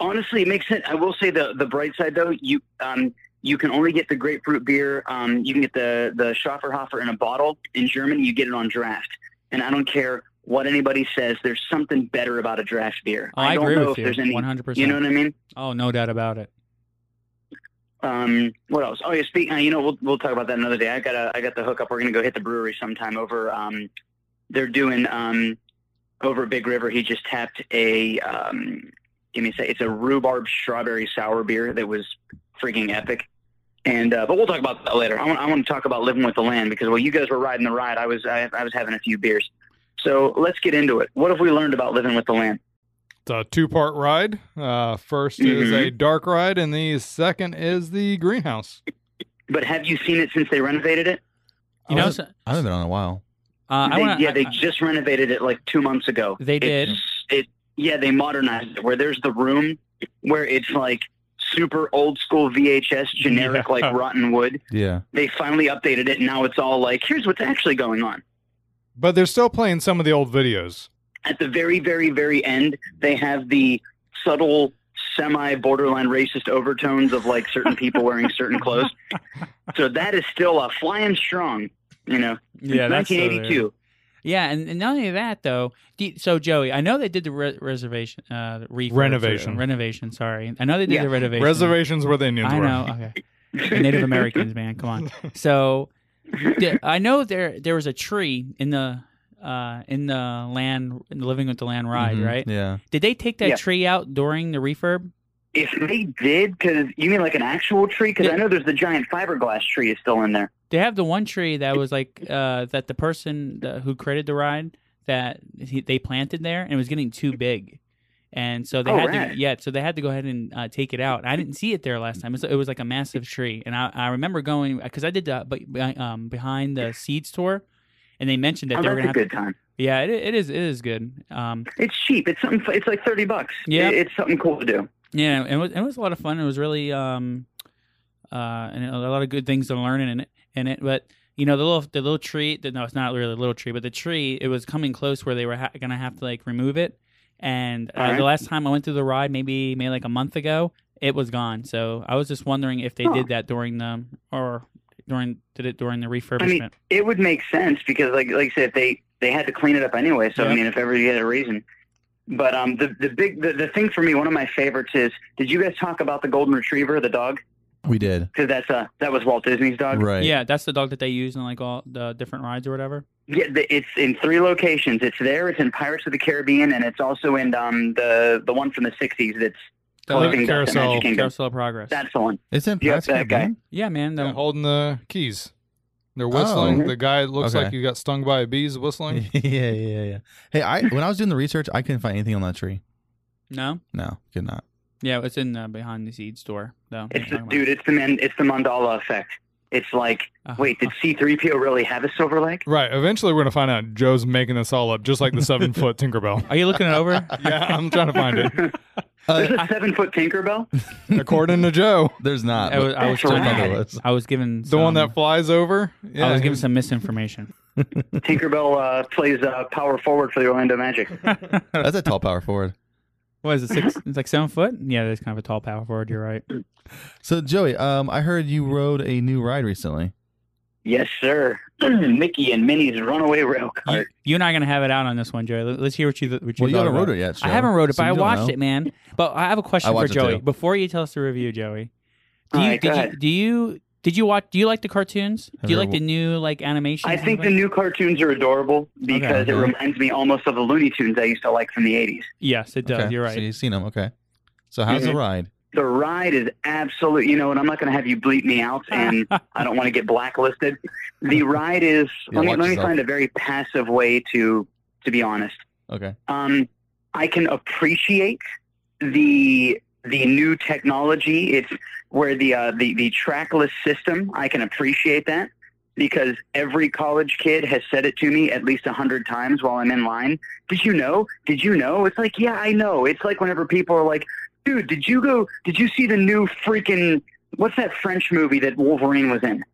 G: Honestly, it makes sense. I will say the the bright side though, you um you can only get the grapefruit beer. Um, you can get the the Schafferhofer in a bottle. In Germany, you get it on draft, and I don't care what anybody says. There's something better about a draft beer.
D: I,
G: don't
D: agree
G: know
D: with
G: if there's
D: you.
G: any.
D: One hundred
G: You know
D: percent.
G: what I mean?
D: Oh, no doubt about it.
G: Um, what else? Oh yeah, speak. Uh, you know, we'll we'll talk about that another day. I got a I got the hookup. We're gonna go hit the brewery sometime. Over um, they're doing um, over at Big River. He just tapped a um, give me a sec. It's a rhubarb strawberry sour beer that was freaking epic. And uh, but we'll talk about that later. I want I want to talk about living with the land because while you guys were riding the ride, I was I, I was having a few beers. So let's get into it. What have we learned about living with the land?
C: It's a two part ride. Uh, 1st is a dark ride, and the second is the greenhouse.
G: But have you seen it since they renovated it?
D: You
E: I
D: know,
E: wasn't-
D: so-
E: I haven't been on in a while.
D: Uh, I
G: They-
D: want
G: yeah, they just renovated it like two months ago.
D: They did.
G: It's- It, yeah, they modernized it. Where there's the room where it's like super old school VHS, generic
C: Yeah.
D: <laughs>
G: like rotten wood.
E: Yeah.
G: They finally updated it, and now it's all like, here's what's actually going on.
C: But they're still playing some of the old videos.
G: At the very, very, very end, they have the subtle, semi borderline racist overtones of like certain people wearing certain clothes. So that is still uh, flying strong. You know,
D: yeah, that's still there.
G: 1982.
D: Yeah, and, and not only that though. do you- so Joey, I know they did the re- reservation, uh, refurb,
C: Renovation.
D: sorry, renovation. Sorry, I know they did
G: Yeah.
D: the renovation.
C: Reservations where the Indians
D: I
C: were.
D: know. Okay, The Native Americans, man, come on. So d- I know there there was a tree in the uh in the land in the living with the land ride,
E: Mhm.
D: right?
E: Yeah.
D: Did they take that
G: Yeah.
D: tree out during the refurb?
G: If they did, because you mean like an actual tree? Because I know there's the giant fiberglass tree is still in there.
D: They have the one tree that was like uh that the person that, who created the ride that he, they planted there and it was getting too big. And so they
G: Oh,
D: had to
G: rad.
D: yeah, so they had to go ahead and uh, take it out. I didn't see it there last time. It was, it was like a massive tree, and I, I remember going because I did the but um behind the seeds tour, and they mentioned that
G: Oh,
D: they were
G: that's
D: gonna
G: a
D: have
G: good time.
D: to, yeah, it, it is it is good. Um,
G: It's cheap. It's something. It's like thirty bucks.
D: Yeah.
G: It- it's something cool to do.
D: Yeah, it was it was a lot of fun. It was really um, uh, and a lot of good things to learn in it. In it, but you know the little the little tree. The, no, it's not really a little tree, but the tree. It was coming close where they were ha- gonna have to like remove it. And uh,
G: All right.
D: the last time I went through the ride, maybe maybe like a month ago, it was gone. So I was just wondering if they
G: Huh.
D: did that during the or during did it during the refurbishment.
G: It would make sense because, like, like I said, they they had to clean it up anyway. So
D: Yeah.
G: I mean, if ever you had a reason. But um, the the big the, the thing for me, one of my favorites is, did you guys talk about the golden retriever, the dog?
E: We did.
G: Because that's uh that was Walt Disney's dog.
E: Right.
D: Yeah, that's the dog that they use in like all the different rides or whatever.
G: Yeah, the, it's in three locations. It's there. It's in Pirates of the Caribbean, and it's also in um the the one from the '60s. That's
C: Uh,
G: Collecting Dust and
C: carousel
G: Magic Oh, Kingdom.
D: Carousel of Progress.
G: that's the one.
E: It's in
G: Yep,
E: Pirates of the
G: that guy.
E: Caribbean?
D: yeah, man. The,
C: yeah, holding the keys. They're whistling.
E: Oh.
C: The guy looks
E: Okay.
C: like he got stung by a bee's whistling.
E: <laughs> yeah, yeah, yeah. Hey, I when I was doing the research, I couldn't find anything on that tree.
D: no,
E: No, could not.
D: yeah, it's in the behind the seed store though.
G: It's
D: You're
G: the,
D: talking about.
G: dude. It's the man. It's the Mandala effect. It's like,
D: Uh,
G: wait, did C-3PO really have a silver leg?
C: Right. Eventually, we're gonna find out Joe's making this all up, just like the
D: <laughs>
C: seven foot Tinkerbell.
D: uh-huh. Are you looking it over?
C: <laughs> Yeah, I'm trying to find it.
E: Uh,
G: There's a seven-foot Tinkerbell.
E: <laughs>
C: According to Joe,
E: There's not.
D: I was, I was,
G: That's
D: told-
G: right.
D: I was given
C: the one that flies over. Yeah,
D: I was
C: he
D: given some misinformation.
G: Tinkerbell uh, plays uh, power forward for the Orlando Magic.
D: <laughs>
E: That's a tall power forward.
D: What is it? Six? <laughs> It's like seven foot. Yeah, that's kind of a tall power forward. You're right.
E: So Joey, um, I heard you rode a new ride recently.
G: yes, sir. <clears throat> Mickey and Minnie's Runaway Rail
D: You,
G: Cart.
D: you and I are gonna have it out on this one, Joey. Let- Let's hear what you th- what you.
E: Well, you
D: thought
E: haven't
D: about
E: rode it yet.
D: I haven't wrote it, but I watched it,
E: Man.
D: man. But I have a
E: I
D: question for
E: watched it too.
D: Joey. Before you tell us the review, Joey, do
G: All
D: you,
G: right, go
D: did you
G: ahead.
D: do you did you watch? Do you like the cartoons?
E: Have
D: do you
E: you
D: like
E: ever-
D: the new like animation?
G: I think the new cartoons are adorable because
E: okay.
G: it reminds me almost of the Looney Tunes I used to like from the '80s.
D: Yes, it does. You're right.
E: So you've seen them. Okay. So how's the
G: Mhm.
E: ride?
G: the ride is absolute you know and i'm not going to have you bleep me out and i don't want to get blacklisted the ride is
E: Yeah,
G: let me,
E: watch
G: let me
E: yourself.
G: find a very passive way to to be honest
E: Okay.
G: um i can appreciate the the new technology it's where the uh the, the trackless system i can appreciate that because every college kid has said it to me at least a hundred times while i'm in line did you know did you know it's like yeah i know it's like whenever people are like dude, did you go? Did you see the new freaking what's that French movie that Wolverine was in?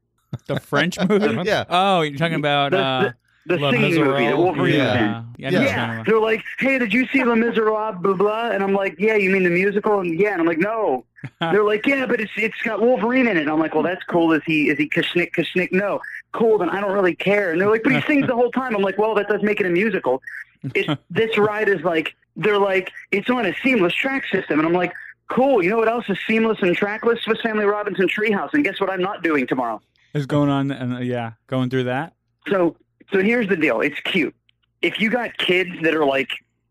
D: The French movie.
I: yeah.
D: Oh, you're talking about
G: The-
D: uh,
G: The
C: La
G: singing movie that
C: Miserable.
G: Wolverine was in.
D: yeah. Yeah, I know what you're
G: Yeah.
D: talking about.
G: They're like, hey, did you see Les Miserables, blah, blah? And I'm like, yeah, you mean the musical? And yeah. And I'm
D: <laughs>
G: like, no. They're like, yeah, but it's it's got Wolverine in it. And I'm like, well, that's cool. Is he is he Kashnik, Kashnik? No. Cool, then I don't really care. And they're like, but he sings the whole time. I'm like, well, that does make it a musical.
D: <laughs>
G: It, this ride is like, they're like, it's on a seamless track system. And I'm like, cool, you know what else is seamless and trackless? Swiss Family Robinson Treehouse. And guess what I'm not doing tomorrow?
D: Is going on and uh, yeah, going through that.
G: So so here's the deal. It's cute. If you got kids that are like,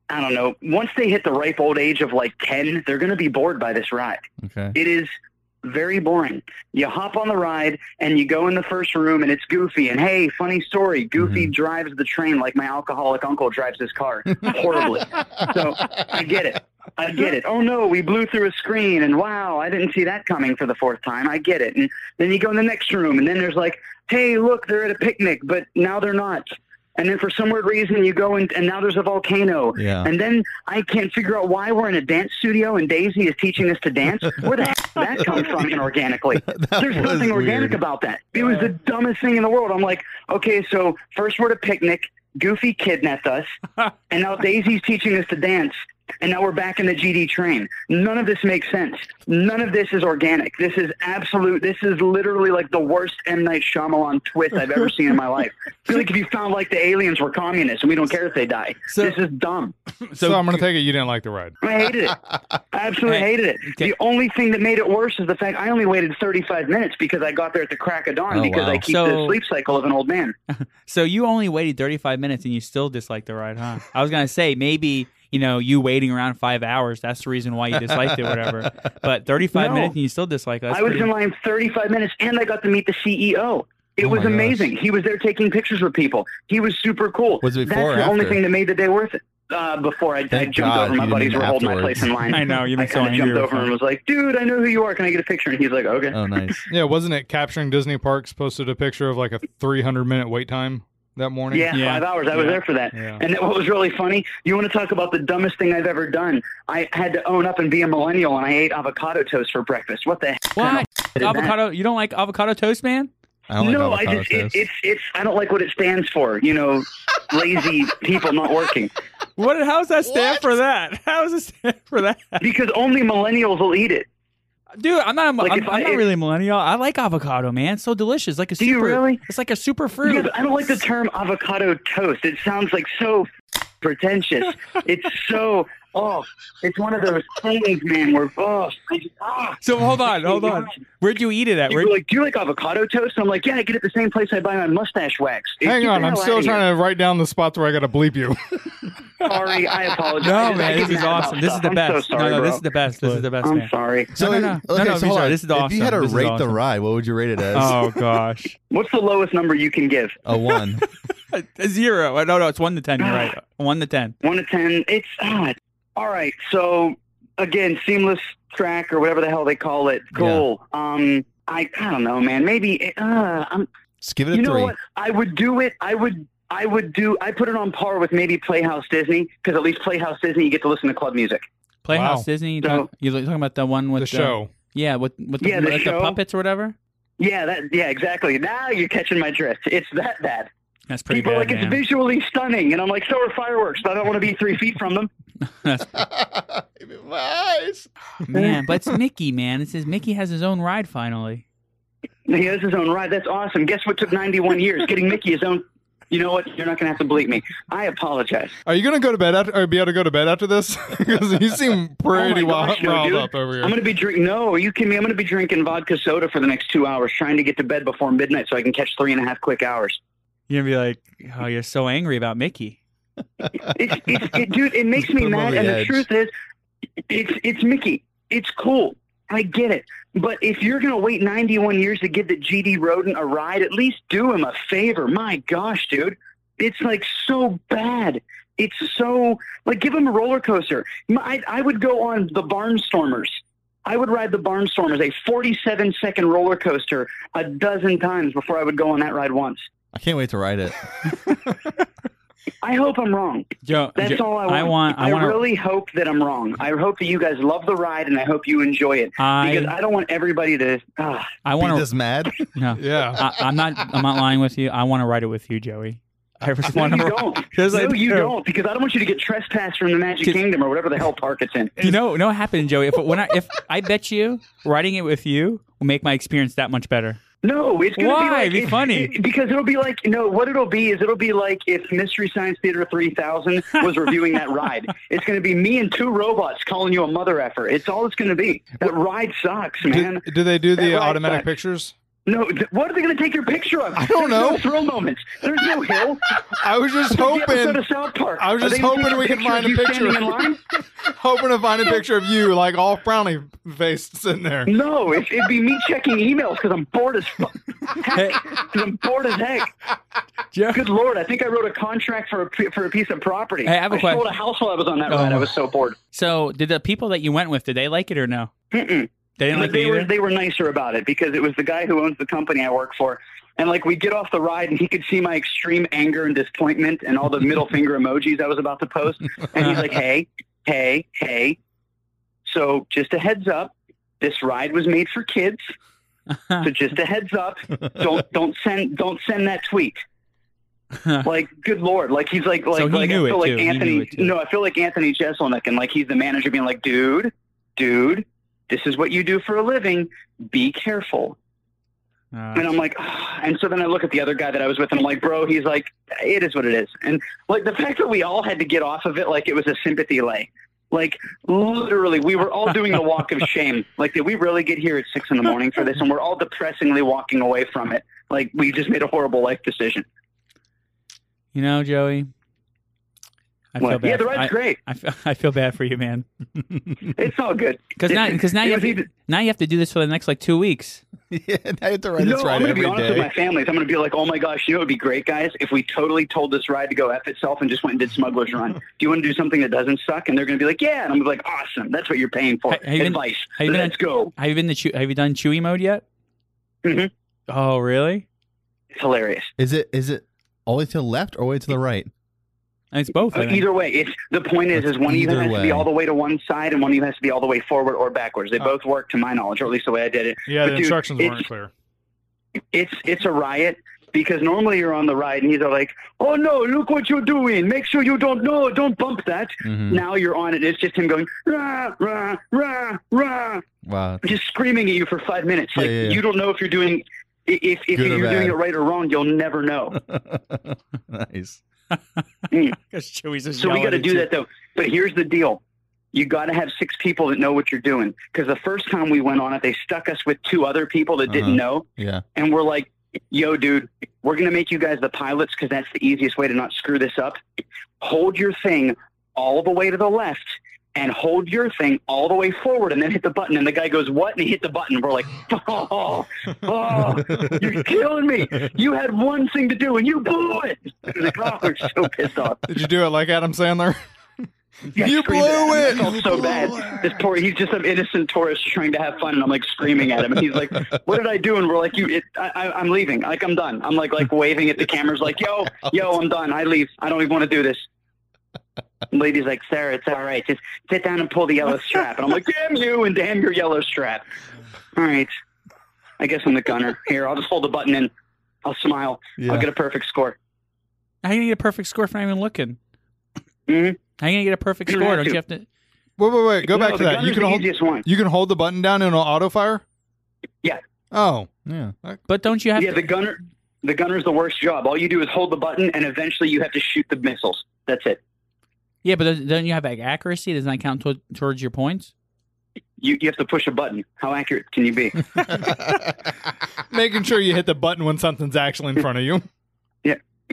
G: I don't know, once they hit the ripe old age of like 10, they're going to be bored by this ride.
E: Okay.
G: It is very boring. You hop on the ride and you go in the first room and it's Goofy and hey, funny story, Goofy drives the train like my alcoholic uncle drives his car horribly. <laughs> so I get it. I get it. Oh no, we blew through a screen and wow, I didn't see that coming for the fourth time. I get it. And then you go in the next room and then there's like, hey, look, they're at a picnic, but now they're not. And then for some weird reason you go and, and now there's a volcano.
I: Yeah.
G: And then I can't figure out why we're in a dance studio and Daisy is teaching us to dance. Where the <laughs> heck did that come from inorganically?
E: <laughs>
I: That
G: <laughs> There's
I: was
G: nothing organic
I: weird.
G: about that. It was the dumbest thing in the world. I'm like, okay, so first we're at a picnic. Goofy
I: <laughs>
G: kidnapped us. and now Daisy's teaching us to dance. And now we're back in the GD train. None of this makes sense. None of this is organic. This is absolute. This is literally like the worst M. Night Shyamalan twist I've ever seen in my life. I feel like if you found like the aliens were communists and we don't care if they die.
D: So-
G: this is dumb.
C: So, I'm going to take it you didn't like the ride.
G: I hated it. I absolutely
D: Hey,
G: hated it.
D: okay.
G: The only thing that made it worse is the fact I only waited 35 minutes because I got there at the crack of dawn
I: Oh,
G: because
I: wow.
G: I keep
D: So-
G: the sleep cycle of an old man.
D: So you only waited 35 minutes and you still disliked the ride, huh? I was gonna say maybe you know you waiting around five hours. That's the reason why you disliked it, whatever. But 35
G: No.
D: minutes and you still dislike us.
G: I was in line 35 minutes and I got to meet the CEO. It
E: Oh my
G: was
E: gosh.
G: amazing. He was there taking pictures with people. He was super cool.
E: Was it before
G: That's
E: or
G: the only
E: after?
G: thing that made the day worth it. Uh, before I, I
I: Thank
G: jumped
I: God
G: over, my
I: you
G: buddies
I: didn't
G: were holding my
I: afterwards.
G: place in
D: <laughs>
G: line.
D: I know you've
G: I
D: been so
G: kind of
D: angry.
G: jumped
D: with
G: over and
D: him.
G: was like, "Dude, I know who you are. Can I get a picture?" And he's like, "Okay."
E: <laughs> Oh, nice.
C: Yeah, wasn't it capturing Disney Parks posted a picture of like a 300 minute wait time that morning?
G: Yeah,
D: Yeah.
G: five hours. I was
D: Yeah.
G: there for that.
C: Yeah.
G: And what was really funny, you want to talk about the dumbest thing I've ever done? I had to own up and be a millennial, and I ate avocado toast for breakfast. What the heck? <laughs>
D: What?
G: is that?
D: avocado? You don't like avocado toast, man?
E: I don't
G: no,
E: like
G: I
E: avocado
G: just it,
E: toast.
G: it's it's I don't like what it stands for. You know, lazy people not working
D: What? How's that stand
I: What?
D: for that? <laughs> How does it stand for that?
G: because only millennials will eat it.
D: Dude, I'm not. A,
G: Like,
D: I'm,
G: if
D: I'm
G: I-
D: not
G: if-
D: really a millennial. I like avocado, man. It's so delicious. Like a
G: Do
D: super.
G: you really?
D: It's like a super fruit.
G: Yeah, but I don't like the term avocado toast. It sounds like so pretentious. it's so oh, it's one of those things, man. Where oh, I just, ah.
D: so hold on, hold on. Where'd you eat it at? Where'd,
G: People are like, do you like avocado toast? And I'm like, yeah, I get it at the same place I buy my mustache wax.
C: Hang on, I'm still trying to write down the spots where I got to bleep you.
G: to. Sorry, I apologize.
D: <laughs> no,
G: I get
D: man, this
G: mad
D: is
G: about
D: awesome. This is
G: stuff.
D: the
G: I'm
D: best.
G: So sorry,
D: no, no,
G: bro.
D: this is the best. This is the best,
G: I'm
D: man.
G: sorry.
I: So,
D: No, no, no. No,
I: okay,
D: no,
I: so
D: these
I: hold
D: are-
I: on.
D: this is
I: If you had to
D: awesome. This is
I: rate
D: awesome.
I: the ride, what would you rate it as?
D: Oh gosh,
G: What's the lowest number you can give?
E: a one.
D: <laughs> a zero. Oh, No, no, it's one to ten. You're right. <gasps> One to ten.
G: One to ten. It's ah. all right. So again, seamless track or whatever the hell they call it. Cool. Um, I I don't know, man. Maybe uh, I'm
E: Just give it a
G: you know
E: three.
G: what? I would do it. I would. I would do. I put it on par with maybe Playhouse Disney because at least Playhouse Disney you get to listen to club music.
D: Playhouse
C: Wow.
D: Disney. You
G: So-
D: talk, you're talking about the one with
C: the show.
D: yeah, with with the,
G: Yeah, the
D: like the
G: show.
D: puppets or whatever.
G: Yeah, that. Yeah, exactly. Now you're catching my drift. It's that bad.
D: That's pretty
G: People are
D: bad,
G: like it's
D: man.
G: visually stunning, and I'm like, so are fireworks. But I don't want to be three feet from them.
C: <laughs>
I: My eyes.
D: man, but it's Mickey, man. It says Mickey has his own ride finally.
G: He has his own ride. That's awesome. Guess what took 91 years? Getting Mickey his own. <laughs> You know what? You're not going to have to bleep me. I apologize.
C: Are you going to go to bed after, or be able to go to bed after this? <laughs> Because you seem pretty
G: <laughs> oh my gosh,
C: wi-
G: no,
C: riled
G: dude.
C: up over here.
G: I'm going to be drinking. No, are you kidding me? I'm going to be drinking vodka soda for the next two hours, trying to get to bed before midnight so I can catch three and a half quick hours.
D: You're gonna be like, oh, you're so angry about Mickey.
G: It's, it's, it, dude, it makes
I: Put
G: me
I: him on
G: mad.
I: the
G: And
I: edge.
G: the truth is, it's it's Mickey. It's cool. I get it. But if you're going to wait 91 years to give the GD Roden a ride, at least do him a favor. My gosh, dude. It's like so bad. It's so like give him a roller coaster. My, I, I would go on the Barnstormers. I would ride the Barnstormers, a 47 second roller coaster, a dozen times before I would go on that ride once.
E: I can't wait to ride it.
G: I hope I'm wrong.
D: Joe,
G: That's
D: Joe,
G: all I want.
D: I want. I want.
G: really hope that I'm wrong. I hope that you guys love the ride and I hope you enjoy it because
D: I,
G: I don't want everybody to. ah
D: I
I: Be
D: want to.
I: this mad?
D: No,
C: Yeah.
D: I, I'm not. I'm not lying with you. I want to write it with you, Joey. <laughs> I just
G: no,
D: want
G: you
D: to.
G: don't. <laughs>
D: Yes, I
G: no, you
D: do.
G: don't because I don't want you to get trespassed from the Magic
D: Just-
G: Kingdom or whatever the hell park it's in.
D: You know, no happened, Joey. If when I if I bet you writing it with you will make my experience that much better.
G: No, it's gonna
D: Why?
G: be like
D: Be
G: it-
D: funny.
G: it- because it'll be like no. What it'll be is it'll be like if Mystery Science Theater three
D: <laughs>
G: thousand was reviewing that ride. It's gonna be me and two robots calling you a mother effer. It's all it's gonna be. That ride sucks, man.
C: Do, <laughs> do they
G: <laughs>
C: do the
G: That ride
C: automatic
G: sucks.
C: pictures?
G: No, th- what are they gonna take your picture of?
C: I don't
G: There's
C: know.
G: No thrill moments. There's
D: <laughs>
G: no hill.
C: I was
G: <laughs>
C: just
G: Go
C: hoping,
G: to South Park.
C: I was
G: Are
C: just
G: they gonna
C: hoping
G: take
C: we could find a
G: of you
C: picture.
G: standing in line?
C: hoping to find a picture of you, like all frowny faced sitting
E: <laughs>
C: there.
G: No, it, it'd be me checking emails because I'm bored as fuck. Because I'm bored as heck.
D: Joe,
G: Good lord, I think I wrote a contract for a p- for a piece of property.
D: Hey, I have a
G: sold
D: question.
G: a house while I was on that
D: Oh.
G: ride. I was so bored.
D: so did the people that you went with? Did they like it or no?
G: Mm-mm.
D: They didn't
G: But
D: like
G: they
D: it
G: were
D: either.
G: they were nicer about it because it was the guy who owns the company I work for. And like we get off the ride and he could see my extreme anger and disappointment and all the
D: <laughs>
G: middle finger emojis I was about to post. And he's like, Hey, hey, hey. So just a heads up, this ride was made for kids. So just a heads up,
D: <laughs>
G: don't don't send don't send that tweet. Like, good lord! Like he's like like
D: So he
G: like
D: knew
G: I feel
D: it,
G: like
D: too. He knew
G: Anthony.
D: it, too.
G: No, I feel like Anthony Jeselnik, and like he's the manager being like, dude, dude, this is what you do for a living. Be careful. And
D: Uh,
G: I'm like, <sighs> "Ah." and so then I look at the other guy that I was with, and I'm like, bro, he's like, it is what it is. And like the fact that we all had to get off of it, like it was a sympathy lay. Like literally, we were all doing the walk of shame. Like, did we really get here at six in the morning for this? And we're all depressingly walking away from it. Like we just made a horrible life decision.
D: you know, Joey. I feel
G: What?
D: bad.
G: yeah, the
D: for-
G: ride's
D: I,
G: great.
D: I feel, I feel bad for you, man.
G: It's all
D: <laughs>
G: good.
D: Because now, because now you
G: It
D: have
G: <laughs> was
D: to,
G: even-
D: now you have to do this for the next like two weeks.
I: yeah, I have to write
G: no,
I: this right
G: Oh, I'm gonna
I: every
G: be
I: day.
G: honest with my families. I'm gonna be like, oh my gosh, you know, it'd be great, guys, if we totally told this ride to go f itself and just went and did
I: <laughs>
G: Smuggler's Run. do you want to do something that doesn't suck? And they're gonna be like, yeah. And I'm gonna be like, awesome. That's what you're paying for.
D: Have you been-
G: Advice.
D: have you been-
G: Let's go.
D: Have you been to chew, Have you done Chewy mode yet?
G: Mhm.
D: Oh, really?
G: It's hilarious.
E: Is it is it all the way to the left or all the way to the right?
D: And It's both. I
G: Uh,
D: think. <laughs>
G: either way, it's the point is, is one of you
E: Either
G: has to
E: way.
G: be all the way to one side, and one of you has to be all the way forward or
I: Uh.
G: backwards. They both work, to my knowledge, or at least the way I did it.
C: Yeah,
G: But
C: the
G: dude,
C: instructions
G: it's-
C: weren't clear.
G: it's it's a riot because normally you're on the ride and he's all like, "Oh no, look what you're doing! Make sure you don't know, don't bump that."
E: Mm-hmm.
G: Now you're on it. It's just him going rah rah rah rah,
E: Wow. <laughs>
G: just screaming at you for five minutes.
E: Yeah,
G: Like
E: yeah, yeah.
G: you don't know if you're doing i- if if
E: Good or
G: you're doing
E: bad.
G: it right or wrong. You'll never
E: <laughs>
G: know.
E: nice.
D: Because Chewy's just
G: So we
D: yelling
G: got to
D: at
G: do
D: you.
G: that though. But here's the deal. You got to have six people that know what you're doing. Because the first time we went on it, they stuck us with two other people that
E: Uh-huh.
G: didn't know.
E: Yeah.
G: and we're like, yo, dude, we're going to make you guys the pilots because that's the easiest way to not screw this up. Hold your thing all the way to the left and hold your thing all the way forward and then hit the button. And the guy goes, what? And he hit the button. We're like, <laughs> oh, oh
C: <laughs>
G: you're killing me. You had one thing to do and you blew it. <laughs> Like, oh, we're so pissed off.
C: Did you do it like Adam Sandler?
G: Yeah,
C: <laughs> You
G: screamed at him.
C: blew it.
G: I felt so bad. This poor, he's just an innocent tourist trying to have fun, and I'm like screaming at him. And he's like, "What did I do?" And we're like, "You, it, I, I, I'm leaving. Like, I'm done. I'm like, like waving at the cameras, like, yo, yo, I'm done. I leave. I don't even want to do this." And lady's like, "Sarah, it's all right. Just sit down and pull the yellow strap." And I'm like, "Damn you and damn your yellow strap." All right, I guess I'm the gunner. Here, I'll just hold the button in. I'll smile.
E: Yeah.
G: I'll get a perfect score.
D: How you gonna get a perfect score if not even looking?
G: Mhm.
D: How you gonna get a perfect
G: You
D: score?
G: don't have
D: Don't
G: to.
D: you have to?
C: Wait, wait, wait. Go
G: No,
C: back to
G: the
C: that.
G: gunner's
C: You can
G: the
C: hold.
G: easiest one.
C: You can hold the button down and it'll auto fire.
G: Yeah.
C: Oh,
E: Yeah.
D: But don't you have
G: yeah,
D: to?
G: the gunner, the gunner's the worst job. All you do is hold the button, and eventually you have to shoot the missiles. That's it.
D: Yeah, but don't- don't you have like accuracy? Doesn't that count toward towards your points?
G: You, you have to push a button. How accurate can
D: <laughs>
G: you be?
C: <laughs> making sure you hit the button when something's actually in front of you.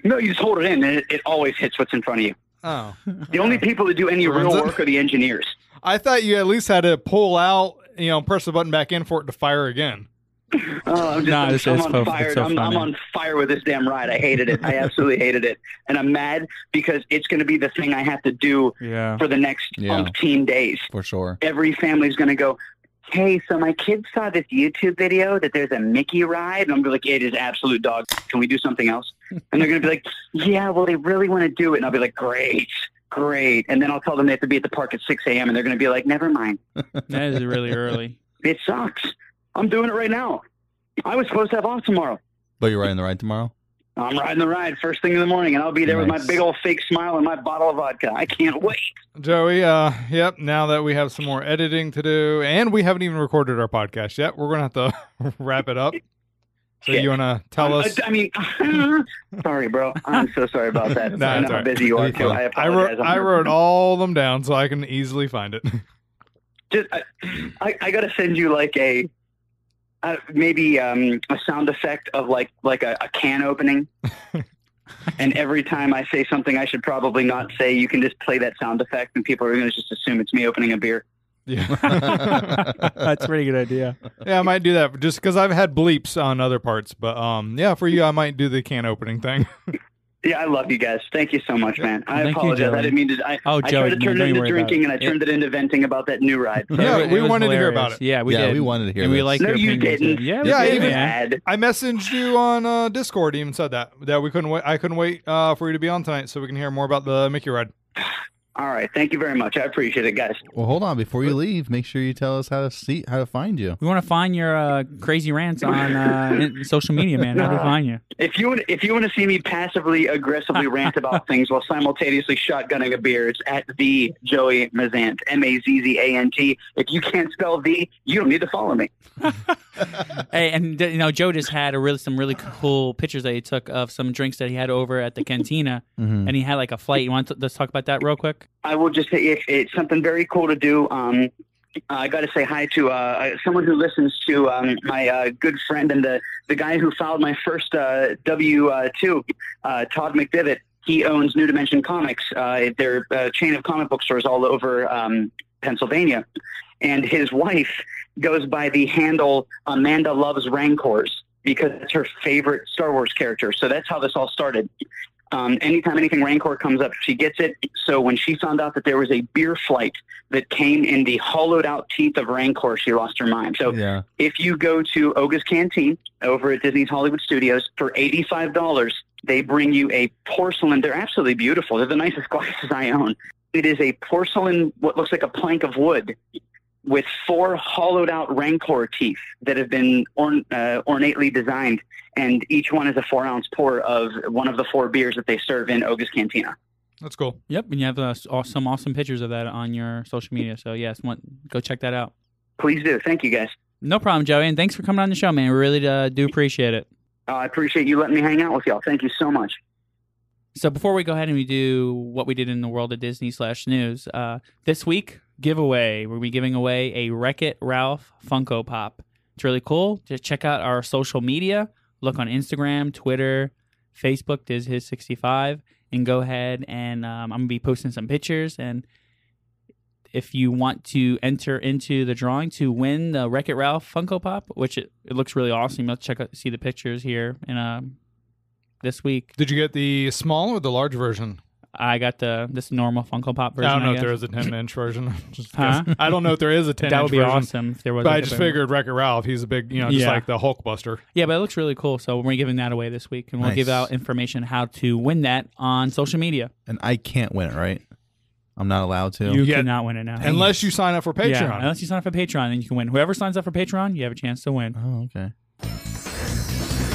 G: no, you just hold it in, and it, it always hits what's in front of you.
C: Oh,
G: The only
D: Uh-huh.
G: people that do any real
C: Lorenzo?
G: work are the engineers.
C: I thought you at least had to pull out, you know, press the button back in for it to fire again.
G: Oh, I'm just
D: Nah,
G: I'm,
D: it's-
G: I'm
D: it's
G: on
D: so-
G: fire.
D: it's so
G: I'm, I'm
D: funny.
G: on fire with this damn ride. I hated it.
D: <laughs>
G: I absolutely hated it, and I'm mad because it's going to be the thing I have to do
D: Yeah.
G: for the next
E: Yeah.
G: umpteen days.
E: For sure.
G: every family's going to go, hey, so my kids saw this YouTube video that there's a Mickey ride. And I'm gonna be like, it is absolute dog. Can we do something else? And they're going to be like, yeah, well, they really want to do it. And I'll be like, great, great. And then I'll tell them they have to be at the park at 6 a.m. And they're going to be like, never mind.
D: <laughs> That is really early.
G: It sucks. I'm doing it right now. I was supposed to have off tomorrow.
E: But you're riding the ride tomorrow?
G: I'm riding the ride first thing in the morning, and I'll be there with
E: Nice.
G: my big old fake smile and my bottle of vodka. I can't wait.
C: Joey, uh, yep. Now that we have some more editing to do, and we haven't even recorded our podcast yet, we're gonna have to <laughs> wrap it up. So
G: Shit.
C: you wanna tell
G: I'm-
C: us?
G: I, mean, <laughs> sorry, bro. I'm so sorry about
C: <laughs>
G: that.
C: Nah,
G: I know
C: it's
G: how
C: all right.
G: busy you are.
E: You're
G: Too.
E: fine.
G: I
C: I
G: apologize.
C: wrote
G: I'm
C: I
G: not-
C: wrote all them down so I can easily find it. <laughs>
G: Just, I, I, I gotta send you like a uh, maybe um, a sound effect of like like a, a
C: <laughs>
G: can opening. and every time I say something I should probably not say, you can just play that sound effect, and people are gonna just assume it's me opening a beer.
C: Yeah.
D: That's a pretty good idea.
C: yeah, I might do that just because I've had bleeps on other parts, but um, yeah, for you, I might do the can opening thing.
G: Yeah, I love you guys. Thank you so much, man. I
D: Thank you,
G: apologize.
D: Joey.
G: I didn't mean to. I,
D: Oh, Joey,
G: I tried to
D: no,
G: turn
D: don't
G: it into
D: worry about
G: drinking,
D: it.
G: and I turned it into venting about that new ride.
C: Yeah,
D: It
C: we
D: was
C: wanted to hear
D: hilarious.
C: about it.
D: Yeah, we
E: yeah,
D: did.
E: we wanted to hear
D: and we <laughs>
E: this.
D: like
G: No,
D: your
G: you
D: opinions.
G: didn't.
D: Yeah,
C: Yeah,
D: we did,
C: even-
D: man.
G: Bad.
C: I messaged you on uh, Discord, even said that that we couldn't wait. I couldn't wait uh, for you to be on tonight so we can hear more about the Mickey ride.
G: All right. Thank you very much. I appreciate it, guys.
E: Well, hold on. Before you leave, make sure you tell us how to see how to find you.
D: We want to find your uh, crazy rants on uh, in- social media, man. How do we find you?
G: If you want, if you want to see me passively aggressively rant about things while simultaneously shotgunning a beer, it's at the Joey Mazant M A Z Z A N T. If you can't spell the, you don't need to follow me.
D: Hey, and you know, Joe just had a really some really cool pictures that he took of some drinks that he had over at the cantina,
E: Mhm.
D: and he had like a flight. You want to let's talk about that real quick?
G: I will just say it, it's something very cool to do. Um, I got to say hi to uh, someone who listens to um, my uh, good friend and the, the guy who filed my first uh, W uh, two, uh, Todd McDivitt. He owns New Dimension Comics. Uh, they're a chain of comic book stores all over um, Pennsylvania, and his wife goes by the handle Amanda loves Rancors because it's her favorite Star Wars character. So that's how this all started. Um, anytime anything Rancor comes up, she gets it. So when she found out that there was a beer flight that came in the hollowed out teeth of Rancor, she lost her mind. So
E: Yeah.
G: if you go to Oga's Canteen over at Disney's Hollywood Studios for $85, they bring you a porcelain. They're absolutely beautiful. They're the nicest <laughs> glasses I own. It is a porcelain, what looks like a plank of wood with four hollowed out rancor teeth that have been orn- uh, ornately designed. And each one is a four ounce pour of one of the four beers that they serve in Oga's Cantina.
C: That's cool.
D: Yep, and you have uh, s- aw- some awesome pictures of that on your social media. So yes, want, go check that out.
G: Please do. Thank you, guys.
D: No problem, Joey, and thanks for coming on the show, man. We really uh, do appreciate it.
G: Uh, I appreciate you letting me hang out with y'all. Thank you so much.
D: So before we go ahead and we do what we did in the world of Disney slash news, uh, this week giveaway we're gonna be giving away a Wreck It Ralph Funko Pop. It's really cool. Just check out our social media. Look on Instagram, Twitter, Facebook. Diz his sixty five, and go ahead and um, I'm gonna be posting some pictures. And if you want to enter into the drawing to win the Wreck It Ralph Funko Pop, which it, it looks really awesome, you'll check out see the pictures here in um, this week.
C: Did you get the small or the large version?
D: I got the this normal Funko Pop version.
C: I don't know if
D: guess.
C: there is a ten inch version. <laughs> Just
D: Huh?
C: guessing. I don't know if there is a ten.
D: <laughs> That would be
C: version,
D: awesome if there was.
C: But
D: like,
C: I
D: a
C: just
D: bigger-
C: figured Wreck-It Ralph. He's a big, you know, just
D: Yeah.
C: like the Hulk Buster.
D: Yeah, but it looks really cool. So we're giving that away this week, and we'll
E: Nice.
D: give out information how to win that on social media.
E: And I can't win it, right? I'm not allowed to.
D: You
C: Yeah.
D: cannot win it now
C: Unless you sign up for Patreon.
D: Yeah, unless you sign up for Patreon, then you can win. Whoever signs up for Patreon, you have a chance to win.
E: oh, okay. Uh-huh.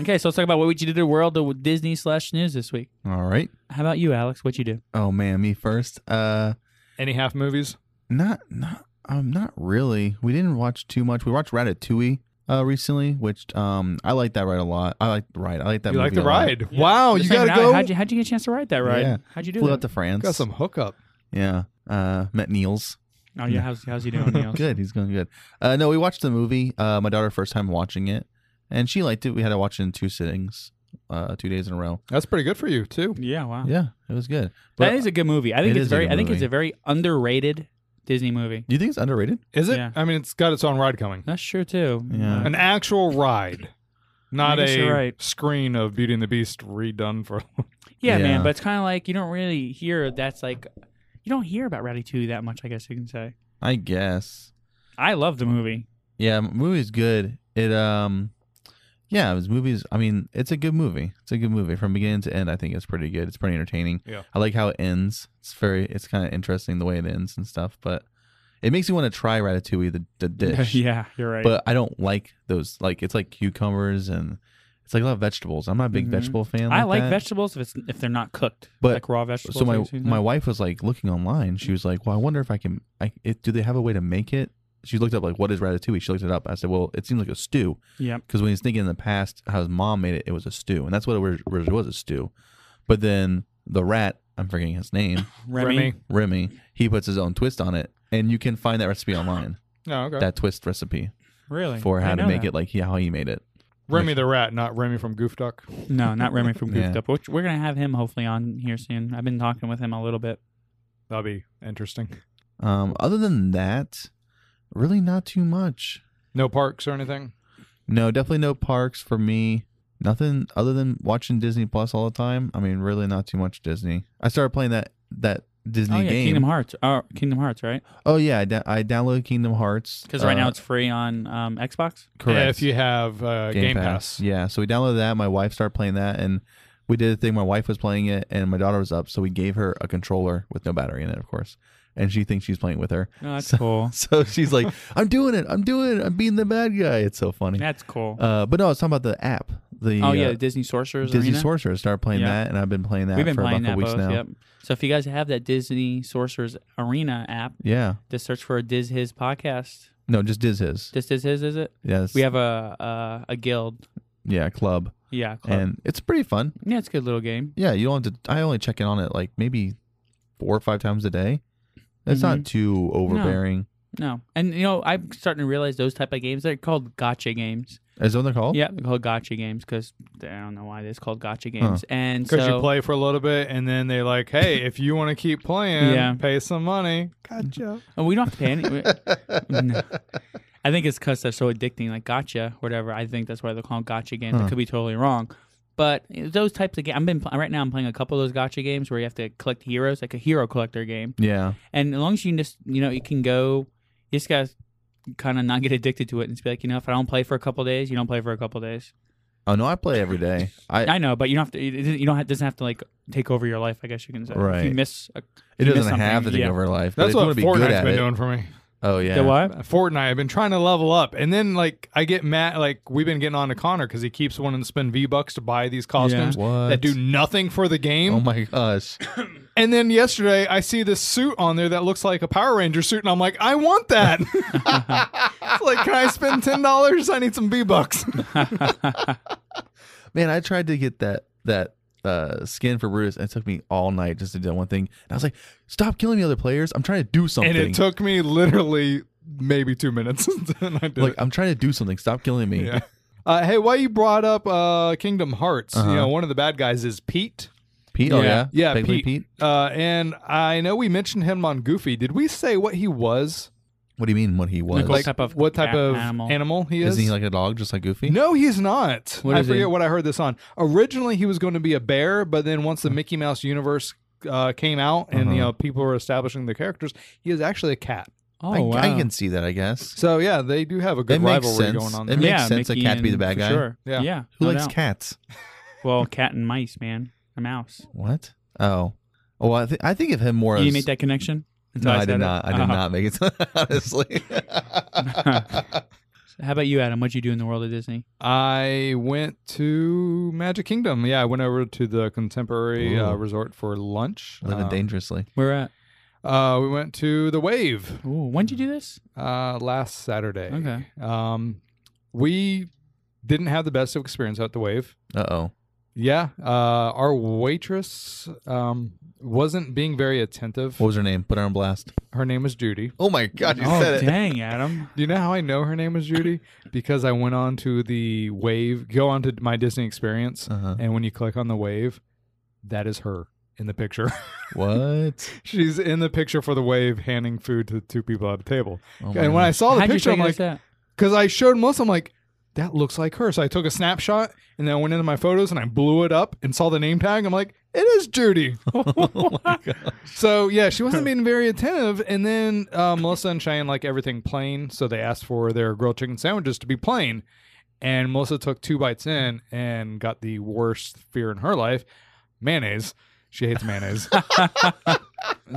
D: Okay, so let's talk about what would you do to the world of Disney slash news this week.
E: All right.
D: How about you, Alex? What you do?
E: Oh man, me first. Uh,
C: Any half movies?
E: not not um not really. We didn't watch too much. We watched Ratatouille uh recently, which um I like that ride a lot. I like the ride. I like that.
C: you
E: movie
C: like the
E: a lot.
C: ride? Wow,
D: The
C: Oh, you
D: same
C: gotta
D: route.
C: go.
D: How'd you, how'd you get a chance to ride that ride?
E: Yeah.
D: How'd you do
E: Flew
D: that?
E: out to France.
C: got some hookup.
E: Yeah. Uh, met Niels.
D: oh yeah, how's how's he
E: <laughs>
D: doing? Neil?
E: good. He's going good. Uh, no, we watched the movie. Uh, my daughter first time watching it, and she liked it. We had to watch it in two sittings, uh, two days in a row.
C: That's pretty good for you too.
D: Yeah, wow.
E: Yeah, it was good.
D: that is a good movie. I think
E: It
D: it's
E: is a
D: very.
E: good
D: I think it's
E: movie.
D: a very underrated Disney movie.
E: Do you think it's underrated?
C: Is it?
D: Yeah.
C: I mean, it's got its own ride coming.
D: That's true too.
E: Yeah.
C: An actual ride, not
D: guess
C: a
D: you're right.
C: screen of Beauty and the Beast redone
D: <laughs>
C: for.
D: Yeah,
E: Yeah.
D: man, but it's kind of like you don't really hear that's like you don't hear about Ratatouille that much. I guess you can say
E: I guess.
D: I love the movie.
E: Yeah, m- movie's good. It um, yeah, this movie's. I mean, it's a good movie. It's a good movie from beginning to end. I think it's pretty good. It's pretty entertaining.
C: Yeah.
E: I like how it ends. It's very. It's kind of interesting the way it ends and stuff. But it makes me want to try ratatouille the, the
D: <laughs>
E: dish.
D: yeah, you're right.
E: But I don't like those. Like it's like cucumbers and it's like a lot of vegetables. I'm not a big
D: Mhm.
E: vegetable fan.
D: I like
E: that.
D: vegetables if it's if they're not cooked,
E: But-
D: like raw vegetables.
E: So my
D: I've seen
E: my
D: that.
E: wife was like looking online. She was like, "Well, I wonder if I can. I it, do they have a way to make it?" She looked up like, "What is ratatouille?" She looked it up. I said, "Well, it seems like a stew."
D: Yep.
E: because when he's thinking in the past how his mom made it, it was a stew, and that's what it was, it was a stew. But then the rat, I'm forgetting
D: <laughs>
E: his name,
D: Remy.
E: Remy, he puts his own twist on it, and you can find that recipe online.
C: Oh, okay.
E: That twist recipe
D: Really?
E: for how
D: I
E: to
D: know
E: make
D: that.
E: it like he, how he made it.
C: Remy the Rat, not Remy from Goof Duck.
D: No, not Remy from Goofed
E: <laughs> Yeah.
D: Up. Which we're gonna have him hopefully on here soon. I've been talking with him a little bit.
C: That'll be interesting.
E: Um, other than that, really not too much.
C: No parks or anything.
E: No, definitely no parks for me. Nothing other than watching Disney Plus all the time. I mean, really not too much Disney. I started playing that that Disney
D: oh yeah,
E: game.
D: Kingdom Hearts. Oh, Kingdom Hearts, right?
E: oh yeah, I, da- I downloaded Kingdom Hearts
D: Because right now
E: uh,
D: it's free on um, Xbox.
E: correct.
C: If you have uh, Game, Pass.
E: Yeah, so we downloaded that. My wife started playing that, and we did a thing. My wife was playing it, and my daughter was up, so we gave her a controller with no battery in it, of course. And she thinks she's playing with her, <laughs>
D: No, Oh, that's
E: So-
D: cool.
E: so
D: <laughs>
E: she's like, "I'm doing it! I'm doing it! I'm beating the bad guy!" It's so funny.
D: That's cool.
E: Uh, but no, I was talking about the app. The
D: oh yeah,
E: uh,
D: Disney Sorcerers
E: Disney
D: Arena.
E: Sorcerer started playing
D: Yeah.
E: that, and I've been playing that
D: We've been
E: for
D: playing
E: about a
D: that
E: couple weeks
D: both.
E: now.
D: Yep. So if you guys have that Disney Sorcerers Arena app,
E: Yeah,
D: just search for Diz His podcast.
E: no, just Diz his.
D: Just Diz His, is it?
E: Yes,
D: We have a a, a guild.
E: yeah club,
D: Yeah, club.
E: and it's pretty fun.
D: yeah, it's a good little game.
E: Yeah, you don't have to. I only check in on it like maybe four or five times a day. It's
C: Mm-hmm.
E: not too overbearing.
D: No, and you know I'm starting to realize those type of games they're called gotcha games.
E: Is that what they're called?
D: Yeah, they're called gotcha games because I don't know why it's called gotcha games. And
C: Because
D: so
C: you play for a little bit, and then they like, hey, if you want to keep playing,
D: Yeah.
C: pay some money. Gotcha.
D: Oh, we don't have to pay any.
E: <laughs>
D: we- no. I think it's because they're so addicting, like gotcha, whatever. I think that's why they're called gotcha games. I
E: Huh.
D: could be totally wrong, but those types of games. I've been pl- right now. I'm playing a couple of those gotcha games where you have to collect heroes, like a hero collector game.
E: Yeah.
D: And as long as you can just, you know, you can go, you just gotta kind of not get addicted to it and just be like, you know, if I don't play for a couple of days, you don't play for a couple of days.
E: Oh no, I play every day. I,
D: I know, but you don't have to. It, it- you don't have, doesn't have to like take over your life. I guess you can say. If
E: Right.
D: you miss, a, you
E: it
D: miss
E: doesn't have to
D: something,
E: take
D: yeah.
E: over life. but
C: That's
E: if you
C: what
E: want to be good
C: Fortnite's
E: at
C: been
E: it-
C: doing for me.
E: Oh yeah.
D: The what?
C: Fortnite. I've been trying to level up, and then like I get mad. Like we've been getting on to Connor because he keeps wanting to spend V bucks to buy these costumes
E: What?
C: that do nothing for the game.
E: Oh my gosh.
C: and then yesterday, I see this suit on there that looks like a Power Ranger suit, and I'm like, I want <laughs> that. It's like, can I spend ten dollars? I need some V bucks.
E: Man, I tried to get that that uh skin for Brutus and it took me all night just to do that one thing. And I was like, stop killing the other players. I'm trying to do something.
C: and it took me literally maybe two minutes. <laughs> and I did
E: like
C: it.
E: I'm trying to do something. Stop killing me.
C: Yeah. Uh, hey, why you brought up uh, Kingdom Hearts?
E: Uh-huh.
C: You know, one of the bad guys is Pete.
E: Pete, oh yeah.
C: Yeah,
E: Big Blue
C: Pete. Uh, and I know we mentioned him on Goofy. Did we say what he was?
E: What do you mean what he was?
D: Nicole- What type of
C: what type
D: a-
C: of animal,
D: animal?
C: he is?
E: isn't he like a dog just like Goofy?
C: no, he's not.
D: What
C: I
D: is he?
C: forget what I heard this on. Originally, he was going to be a bear, but then once the Mickey Mouse universe uh, came out and you
E: Uh-huh.
C: know people were establishing the characters, he is actually a cat.
D: oh
E: I,
D: wow,
E: I can see that, I guess.
C: So yeah, they do have a
E: It
C: good
E: makes
C: rivalry
E: sense.
C: going on.
E: It
C: There.
E: makes sense a
D: Mickey
E: cat to be the
D: and-
E: bad
D: for
E: guy.
D: Sure.
C: Yeah.
D: Yeah,
E: Who
D: no
E: likes
D: doubt.
E: cats?
D: Well, cat and mice, man. A mouse.
E: What? Oh. Well, I, th- I think of him more
D: You
E: as
D: didn't make that connection? until
E: No, I, did
D: said it?
E: not. I did
D: Oh.
E: not make it. <laughs> Honestly,
D: How about you, Adam? What'd you do in the world of Disney?
C: I went to Magic Kingdom. Yeah, I went over to the Contemporary uh,
E: Ooh.
C: Resort for lunch.
E: living
C: Uh,
E: dangerously.
D: Where at?
C: Uh, we went to the Wave
D: Ooh, when'd you do this?
C: uh, last Saturday.
D: Okay.
C: Um, we didn't have the best of experience at the Wave.
E: Uh oh.
C: Yeah. Uh, our waitress um, wasn't being very attentive.
E: What was her name? Put her on blast.
C: Her name was Judy.
E: Oh my god, you
D: oh,
E: said it.
C: <laughs>
D: dang, Adam.
C: Do you know how I know her name was
D: <laughs>
C: Judy? Because I went on to the Wave, go on to my Disney experience,
E: Uh-huh.
C: and when you click on the Wave, that is her in the picture. <laughs>
E: What?
C: She's in the picture for the Wave, handing food to two people at the table.
E: Oh my
C: and when I saw the
D: How'd
C: picture,
D: you
C: I'm
D: figure
C: like,
D: this
C: because I showed most, I'm like, that looks like her. So I took a snapshot and then I went into my photos and I blew it up and saw the name tag. I'm like, It is
D: <laughs>
C: Judy. <laughs>
D: Oh
C: so yeah, she wasn't being very attentive. And then uh, Melissa and Cheyenne like everything plain, so they asked for their grilled chicken sandwiches to be plain. And Melissa took two bites in and got the worst fear in her life: mayonnaise. She hates
D: <laughs>
C: mayonnaise.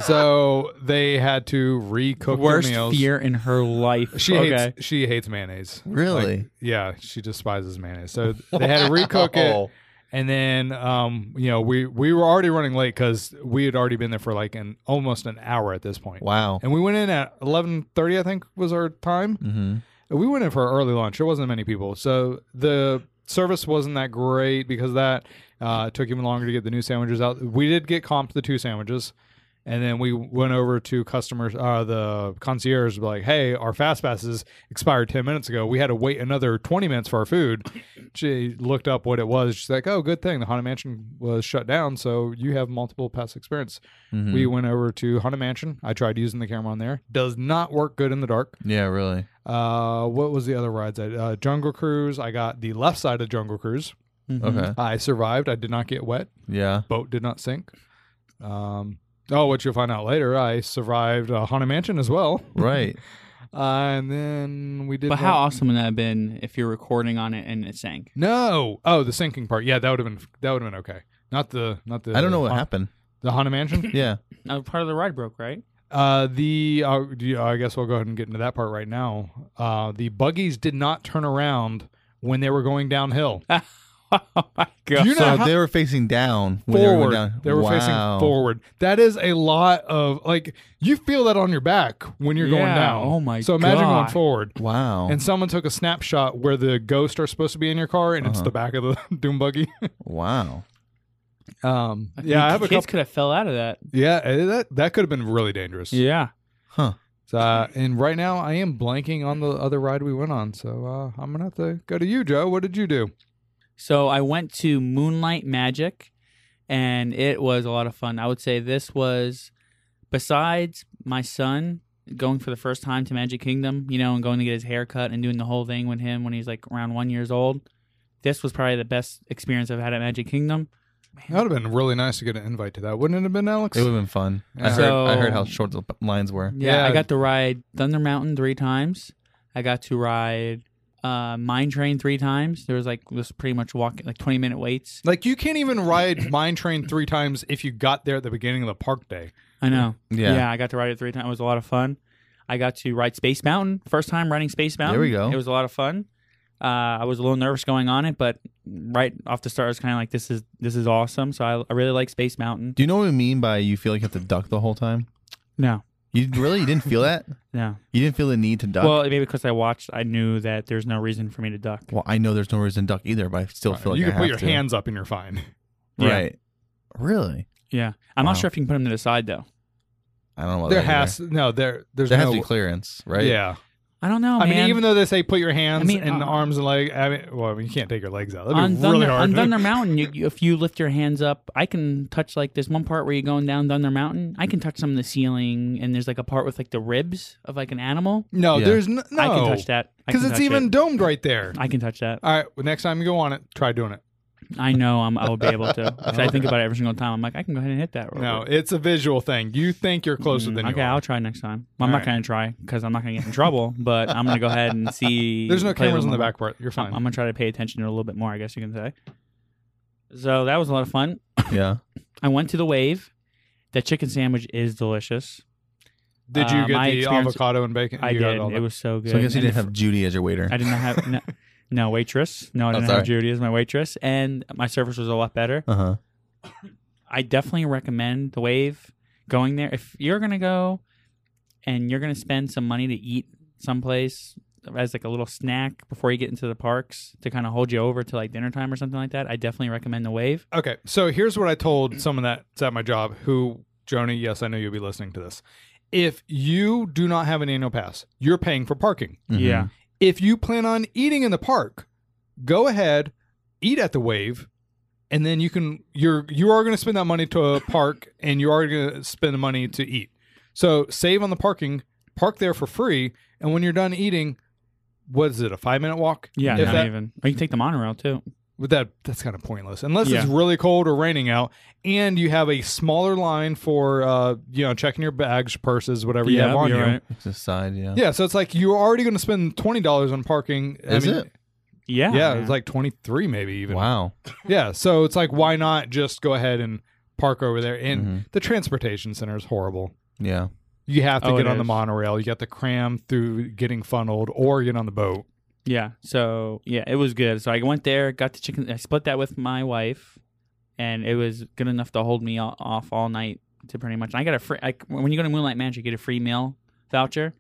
C: so they had to recook
D: Worst
C: their meals.
D: fear in her life.
C: She
D: okay.
C: hates she hates mayonnaise.
I: Really?
C: Like, yeah, she despises mayonnaise.
I: <laughs>
C: So they had to recook it.
I: Oh.
C: And then, um, you know, we we were already running late because we had already been there for like an almost an hour at this point.
I: Wow.
C: And we went in at eleven thirty, I think, was our time.
I: Mm-hmm.
C: We went in for early lunch. There wasn't many people, so the service wasn't that great because of that uh, it took even longer to get the new sandwiches out. We did get comped the two sandwiches, and then we went over to customers. Uh, the concierge were like, "Hey, our fast passes expired ten minutes ago. We had to wait another twenty minutes for our food." She looked up what it was. She's like, "Oh, good thing the haunted mansion was shut down, so you have multiple past experience."
I: Mhm.
C: We went over to haunted mansion. I tried using the camera on there. Does not work good in the dark.
I: Yeah, really.
C: Uh, what was the other rides? I, uh, Jungle Cruise. I got the left side of Jungle Cruise.
I: Okay.
C: I survived. I did not get wet.
I: Yeah.
C: Boat did not sink. Um, oh, which you'll find out later. I survived uh, Haunted Mansion as well.
I: Right.
C: Uh, and then we did.
D: But how
C: one-
D: awesome would that have been if you're recording on it and it sank?
C: No. Oh, the sinking part. Yeah, that would have been that would have been okay. Not the not the.
I: I don't know what
C: Haun-
I: happened.
C: The
I: <laughs>
C: Haunted Mansion.
I: Yeah.
D: No, part of the ride broke, right?
C: uh, the uh, do you- I guess we'll go ahead and get into that part right now. Uh, the buggies did not turn around when they were going downhill.
D: <laughs> oh my god!
C: You know
I: so
C: how-
I: they were facing down. When They were,
C: forward.
I: going down.
C: They were
I: Wow.
C: facing forward. That is a lot of like you feel that on your back when you're going
D: Yeah.
C: down.
D: Oh my
C: So imagine going
D: God.
C: forward.
I: Wow.
C: And someone took a snapshot where the ghosts are supposed to be in your car, and
I: Uh-huh.
C: it's the back of the <laughs> doom buggy.
I: wow.
C: Um, <laughs> yeah, I have a
D: kids
C: couple.
D: could have fell out of that.
C: Yeah, eh, that that could have been really dangerous.
D: Yeah.
I: Huh.
C: So, uh, and right now I am blanking on the other ride we went on. So uh, I'm gonna have to go to you, Joe. What did you do?
D: So I went to Moonlight Magic, and it was a lot of fun. I would say this was, besides my son going for the first time to Magic Kingdom, you know, and going to get his hair cut and doing the whole thing with him when he's like around one years old. This was probably the best experience I've had at Magic Kingdom.
C: That would have been really nice to get an invite to that, wouldn't it have been, Alex?
I: It would have been fun. I, heard,
D: So-
I: I heard how short the lines were.
D: Yeah,
C: Yeah.
D: I got to ride Thunder Mountain three times. I got to ride uh, Mine Train three times. There was like this pretty much walking like twenty minute waits.
C: Like you can't even ride Mine Train three times if you got there at the beginning of the park day.
D: I know.
I: Yeah.
D: I got to ride it three times. It was a lot of fun. I got to ride Space Mountain. First time riding Space Mountain.
I: we go.
D: It was a lot of fun. Uh, I was a little nervous going on it, but right off the start, I was kind of like, "This is this is awesome." So I, I really like Space Mountain.
I: Do you know what I mean by you feel like you have to duck the whole time?
D: No,
I: You really you didn't <laughs> feel that?
D: no.
I: You didn't feel the need to duck?
D: Well, maybe because I watched, I knew that there's no reason for me to duck.
I: Well, I know there's no reason to duck either, but I still feel like
C: you
I: I
C: can put
I: have
C: your
I: to.
C: hands up and you're fine.
D: Yeah.
I: Right. Really?
D: Yeah, I'm
I: Wow.
D: not sure if you can put them to the side though.
I: I don't know. About
C: there
I: that
C: has
I: either.
C: no there there's
I: there
C: no
I: has to be clearance, right?
C: Yeah,
D: I don't know,
C: I
D: Oh, man.
C: mean even though they say put your hands
D: I mean,
C: and
D: uh,
C: arms and legs. I mean, well, I mean, you can't take your legs out. That'd
D: on
C: be
D: Thunder,
C: really hard. <laughs>
D: on Thunder Mountain, you, you- if you lift your hands up, I can touch like this one part where you're going down Thunder Mountain. I can touch some of the ceiling, and there's like a part with like the ribs of like an animal.
C: no,
I: Yeah.
C: there's no,
D: I can touch that I
C: because
D: can
C: it's
D: touch
C: even
D: it.
C: domed right there.
D: I can touch that.
C: All right, well, next time you go on it, try doing it.
D: I know I'm, I'll be able
C: <laughs>
D: to. 'Cause I think about it every single time. I'm like, I can go ahead and hit that. real
C: No,
D: quick.
C: it's a visual thing. You think you're closer
D: Mm,
C: than
D: okay.
C: you are.
D: I'll try next time. Well, I'm
C: All
D: not gonna try because I'm not gonna get in trouble. But I'm gonna go
C: <laughs>
D: ahead and see.
C: There's no
D: play
C: cameras
D: with
C: in the
D: my-
C: back part. You're
D: I'm,
C: fine.
D: I'm gonna try to pay attention to it a little bit more. I guess you can say. So that was a lot of fun.
I: Yeah.
D: I went to the Wave. That chicken sandwich is delicious.
C: did you
D: uh,
C: get
D: my
C: the
D: experience-
C: avocado and bacon?
D: I
C: You got
D: did.
C: all
D: It
C: that.
D: was so good.
I: So I guess you
D: And
I: didn't
D: the
I: have Judy as your waiter.
D: fr- I didn't have no, no waitress. No, I
I: Oh,
D: didn't have
I: sorry.
D: Judy as my waitress, and my service was a lot better.
I: Uh huh.
D: I definitely recommend the Wave going there if you're gonna go, and you're gonna spend some money to eat someplace as like a little snack before you get into the parks to kind of hold you over to like dinner time or something like that. I definitely recommend the Wave.
C: Okay, so here's what I told someone that's at my job who, Joni, yes, I know you'll be listening to this. If you do not have an annual pass, you're paying for parking.
I: Mm-hmm.
E: Mm-hmm.
D: Yeah.
C: If you plan on eating in the park, go ahead, eat at the wave, and then you can you're you are going to spend that money to a park and you are going to spend the money to eat. So save on the parking, park there for free, and when you're done eating, what is it, a five minute walk?
D: Yeah,
C: If
D: not
C: that-
D: even. Or you can take the monorail too.
C: But that that's kind of pointless unless it's
D: Yeah.
C: really cold or raining out, and you have a smaller line for uh, you know checking your bags, purses, whatever you have on you.
D: you're right.
E: It's a side, yeah.
C: Yeah, so it's like you're already going to spend twenty dollars on parking.
E: Is it?
D: Yeah.
C: Yeah, it's like twenty three maybe even.
E: Wow.
C: Yeah, so it's like why not just go ahead and park over there? And
D: Mm-hmm.
E: Mhm.
I: Mm-hmm.
C: the transportation center is horrible.
E: Yeah.
C: You have to
D: Oh,
C: get
D: it
C: on the
D: is.
C: monorail. You got to cram through getting funneled or get on the boat.
D: Yeah. So yeah, it was good. So I went there, got the chicken. I split that with my wife, and it was good enough to hold me all, off all night to pretty much. I got a free. I, when you go to Moonlight Mansion, you get a free meal voucher,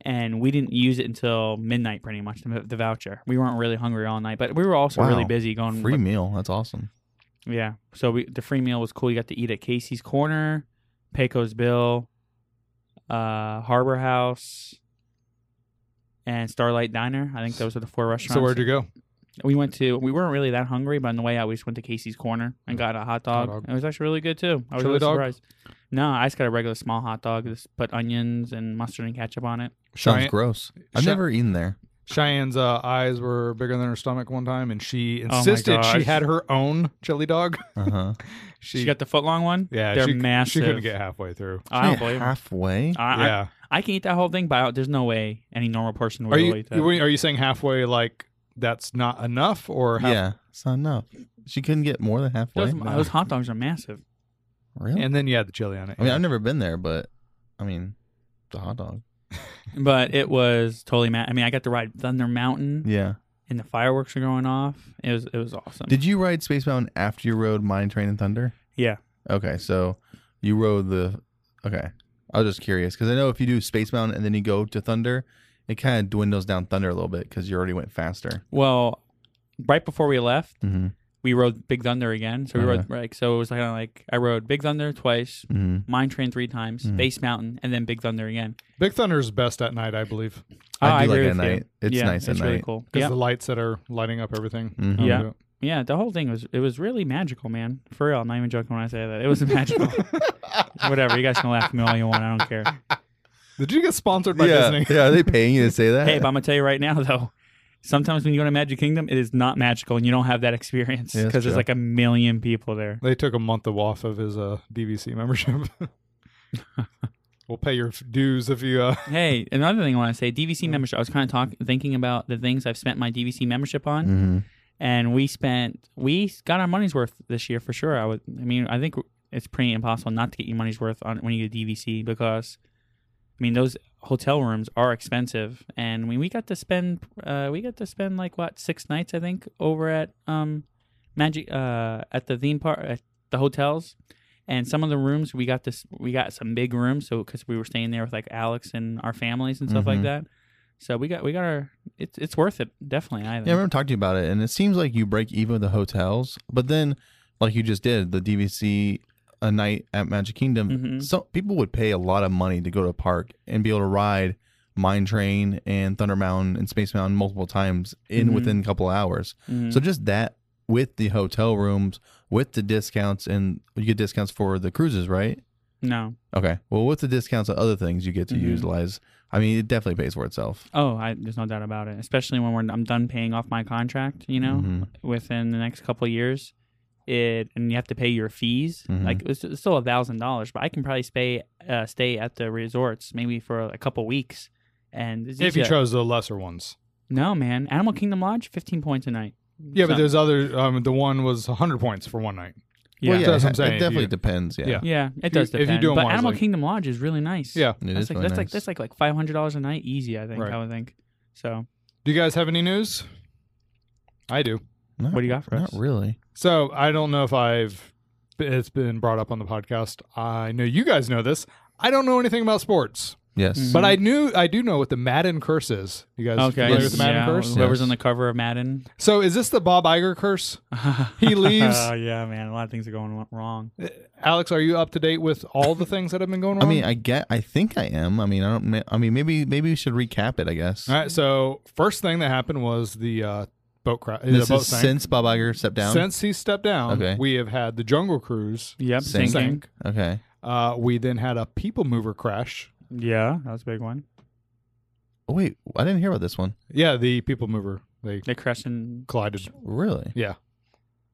D: and we didn't use it until midnight, pretty much. The, the voucher. We weren't really hungry all night, but we were also really
E: Wow.
D: busy going.
E: Free meal. That's awesome.
D: Yeah. So we the free meal was cool. You got to eat at Casey's Corner, Pecos Bill, uh, Harbor House. And Starlight Diner. I think those are the four restaurants.
C: So where'd you go?
D: We went to. We weren't really that hungry, but on the way out, we just went to Casey's Corner and got a hot dog.
C: Hot dog.
D: It was actually really good too. I was
C: Chili
D: really
C: dog?
D: surprised. No, I just got a regular small hot dog. Just put onions and mustard and ketchup on it.
E: Sounds
C: Cheyenne-
E: gross. I've
C: Cheyenne-
E: never eaten there.
C: Cheyenne's uh, eyes were bigger than her stomach one time, and she
D: Oh my
C: insisted she
D: gosh.
C: had her own chili dog.
E: Uh
I: Uh-huh.
E: huh.
D: <laughs> She, got the foot long one.
C: yeah,
D: they're
C: she,
D: massive.
C: She couldn't get halfway through. <laughs>
D: I don't believe. 'em.
E: Halfway.
D: I,
C: yeah,
D: I, I can eat that whole thing, but I don't- there's no way any normal person would
C: are
D: really
C: you,
D: eat that.
C: are you saying halfway like that's not enough or half-
E: yeah. It's not enough. She couldn't get more than halfway.
D: those, those hot dogs are massive.
E: Really?
C: And then you had the chili on it.
E: I mean, I've never been there, but I mean, the hot dog.
D: But it was totally. Ma- I mean, I got to ride Thunder Mountain,
E: Yeah.
D: and the fireworks are going off. It was it was awesome.
E: Did you ride Space Mountain after you rode Mine Train and Thunder?
D: Yeah.
E: Okay, so you rode the. Okay, I was just curious because I know if you do Space Mountain and then you go to Thunder, it kind of dwindles down Thunder a little bit because you already went faster.
D: Well, right before we left,
E: Mm-hmm.
D: we rode Big Thunder again. So we
E: Uh-huh.
D: rode like so it was kind of like I rode Big Thunder twice,
E: Mm-hmm.
D: Mine Train three times,
E: Mhm.
D: Base Mountain, and then Big Thunder again.
C: Big Thunder's best at night, I believe,
D: Oh,
E: I do like
D: agree
E: it at
D: with you.
E: night. It's
D: Yeah,
E: nice at
D: it's Really
E: night.
D: cool.
C: because
D: Yeah,
C: the lights that are lighting up everything.
E: Mhm.
D: Yeah. yeah. The whole thing was it was really magical, man. For real, I'm not even joking when I say that. It was <laughs>
E: <laughs>
D: magical. Whatever, you guys can laugh at me all you want. I don't care.
C: Did you get sponsored by
E: yeah,
C: Disney? <laughs>
E: yeah. Are they paying you to say that?
D: Hey, but I'm gonna tell you right now though. Sometimes when you go to Magic Kingdom, it is not magical, and you don't have that experience
E: Yeah, that's
D: because there's
E: true.
D: like a million people there.
C: They took a month off of his uh, DVC membership. <laughs>
D: <laughs>
C: we'll pay your f- dues if you. Uh,
D: Hey, another thing I want to say: DVC membership. I was kind of talking, thinking about the things I've spent my DVC membership on,
E: Mm-hmm.
D: and we spent, we got our money's worth this year for sure. I would, I mean, I think it's pretty impossible not to get your money's worth on when you get DVC because, I mean, those hotel rooms are expensive, and we we got to spend, uh, we got to spend like what six nights I think over at um, Magic uh at the theme park at the hotels. And some of the rooms we got this, we got some big rooms, so because we were staying there with like Alex and our families and stuff
E: Mhm.
D: like that, so we got we got our it's it's worth it definitely. I think.
E: Yeah, I remember talking to you about it, and it seems like you break even with the hotels, but then, like you just did, the DVC a night at Magic Kingdom,
D: Mhm.
E: some people would pay a lot of money to go to a park and be able to ride Mine Train and Thunder Mountain and Space Mountain multiple times in
D: Mhm.
E: within a couple of hours.
D: Mhm.
E: So just that with the hotel rooms, with the discounts, and you get discounts for the cruises, right?
D: No.
E: Okay. Well, with the discounts on other things you get to
D: Mhm.
E: utilize, I mean, it definitely pays for itself.
D: Oh, I, there's no doubt about it. Especially when we're, I'm done paying off my contract, you know,
E: Mhm.
D: within the next couple of years, it and you have to pay your fees.
E: Mhm.
D: Like it's, it's still a thousand dollars, but I can probably stay uh, stay at the resorts maybe for a couple weeks. And it's
C: if you
D: easy-
C: chose the lesser ones.
D: no man, Animal Kingdom Lodge, 15 points a night.
C: Yeah, but
D: So-
C: there's other. Um, the one was 100 points for one night.
D: yeah,
E: Well, yeah,
C: That's what I'm
E: it-
C: saying.
E: It
C: If
E: definitely
C: you-
E: depends.
C: Yeah.
D: yeah,
C: If
D: it
C: you-
D: does
C: if you
D: depend.
C: do 'em
D: but Animal
C: wisely.
D: Kingdom Lodge is really nice.
C: Yeah.
E: It
D: that's
E: is
D: like
E: really
D: that's like
E: nice.
D: that's like like five hundred dollars a night easy. I think
C: Right.
D: I would think. So
C: Do you guys have any news? I do.
E: Not-
D: What do you got for
E: Not
D: us?
E: really.
C: So I don't know if I've. It's been brought up on the podcast. I know you guys know this. I don't know anything about sports,
E: Yes.
D: Mm.
C: but I knew I do know what the Madden curse is. You guys
D: okay,
C: familiar
E: Yes.
C: with the Madden
D: yeah,
C: curse?
D: whoever's
E: Yes.
D: on the cover of Madden.
C: So is this the Bob Iger curse?
D: <laughs>
C: He leaves.
D: Oh yeah, man. A lot of things are going wrong.
C: Alex, are you up to date with all the things that have been going
E: I
C: on?
E: mean, I get. I think I am. I mean, I don't. ma- I mean, maybe maybe we should recap it. I guess.
C: all right. So first thing that happened was the uh, boat crash.
E: This
C: boat
E: is
C: sank.
E: since Bob Iger stepped down.
C: Since he stepped down,
E: Okay.
C: we have had the Jungle Cruise
D: Yep,
E: Same.
D: sinking.
C: sank.
E: okay.
C: Uh, we then had a People Mover crash.
D: Yeah, that was a big one.
E: Oh, wait, I didn't hear about this one.
C: Yeah, the People Mover they
D: The Crescent.
C: collided.
E: Really?
C: Yeah,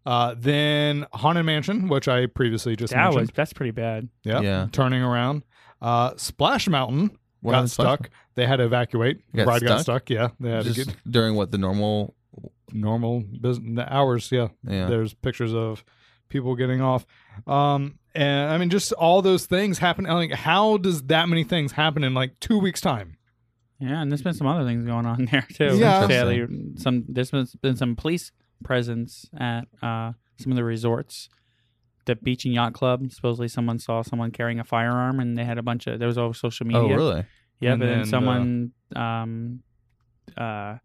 C: Uh, then Haunted Mansion, which I previously just
D: That was
C: mentioned.
D: that's pretty bad.
C: yeah,
E: Yeah.
C: turning around. Uh, Splash Mountain
E: What
C: got
E: happened to Splash
C: stuck. They had to evacuate.
E: Got
C: Ride got
E: stuck?
C: stuck. Yeah, they had to
E: Just
C: get
E: during what the normal.
C: normal business hours. Yeah,
E: Yeah.
C: there's pictures of people getting off. Um, and I mean, just all those things happen. Like, how does that many things happen in like two weeks' time?
D: Yeah, and there's been some other things going on <laughs> there too.
C: Yeah.
D: Sadly, some there's been, been some police presence at uh, some of the resorts. The beach and yacht club. Supposedly, someone saw someone carrying a firearm, and they had a bunch of. There was all social media.
E: Oh, really?
D: Yeah,
C: And
D: but then,
C: then, uh,
D: someone, um, uh,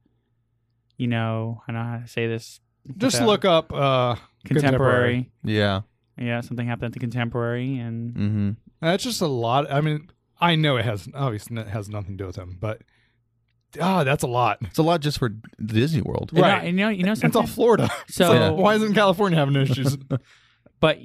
D: you know, I don't know how to say this.
C: Just
D: without-
C: look up uh,
D: contemporary.
E: Yeah.
D: Yeah, something happened at the contemporary, and
E: Mm-hmm.
C: That's just a lot. I mean, I know it has obviously it has nothing to do with him, but ah, that's a lot. <laughs>
E: It's a lot just for Disney World.
C: Right.
D: And I- you know, you know,
C: It's all
D: something.
C: Florida.
D: so,
E: <laughs> Yeah.
C: Why isn't California having
D: <laughs>
C: issues?
D: but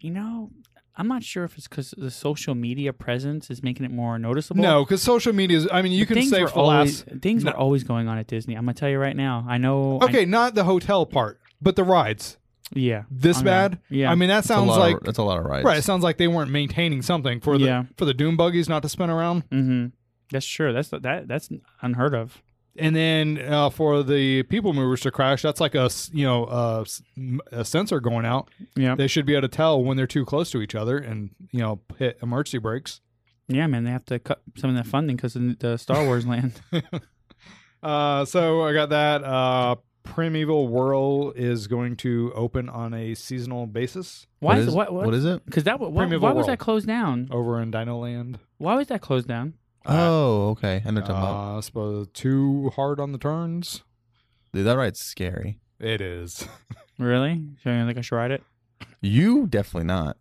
D: you know, I'm not sure if it's because the social media presence is making it more noticeable.
C: no, because social media is. I mean, you
D: But
C: can
D: things
C: say
D: were
C: for the
D: always,
C: last.
D: things
C: no.
D: were always going on at Disney. I'm gonna tell you right now. I know. I-
C: Okay, not the hotel part, but the rides.
D: yeah.
C: This
D: I'm
C: bad?
D: not- yeah.
C: I mean, that
E: That's a
C: sounds
E: lot
C: like
E: of, that's a lot of rides.
C: right. It sounds like they weren't maintaining something for the
D: Yeah.
C: for the doom buggies not to spin around,
D: Mm-hmm. That's sure. That's that. That's unheard of.
C: and then uh, for the people movers to crash. That's like a s- you know a, s- m- a sensor going out.
D: Yeah.
C: They should be able to tell when they're too close to each other, and you know hit emergency brakes.
D: Yeah, man. They have to cut some of that funding because of the Star Wars <laughs> land.
C: Uh, so I got that. Uh, Primeval Whirl is going to open on a seasonal basis
D: Why
E: What
D: is,
E: is-
D: what? What,
E: What is it?
D: Because that wa- why,
C: Primeval
D: why was
C: World.
D: that closed down?
C: over in Dino Land.
D: Why was that closed down?
E: Oh, okay. I know what you're talking about.
C: Uh, I suppose too hard on the turns.
E: Dude, that ride's scary.
C: It is. <laughs>
D: Really? So you think I should ride it?
E: You definitely not.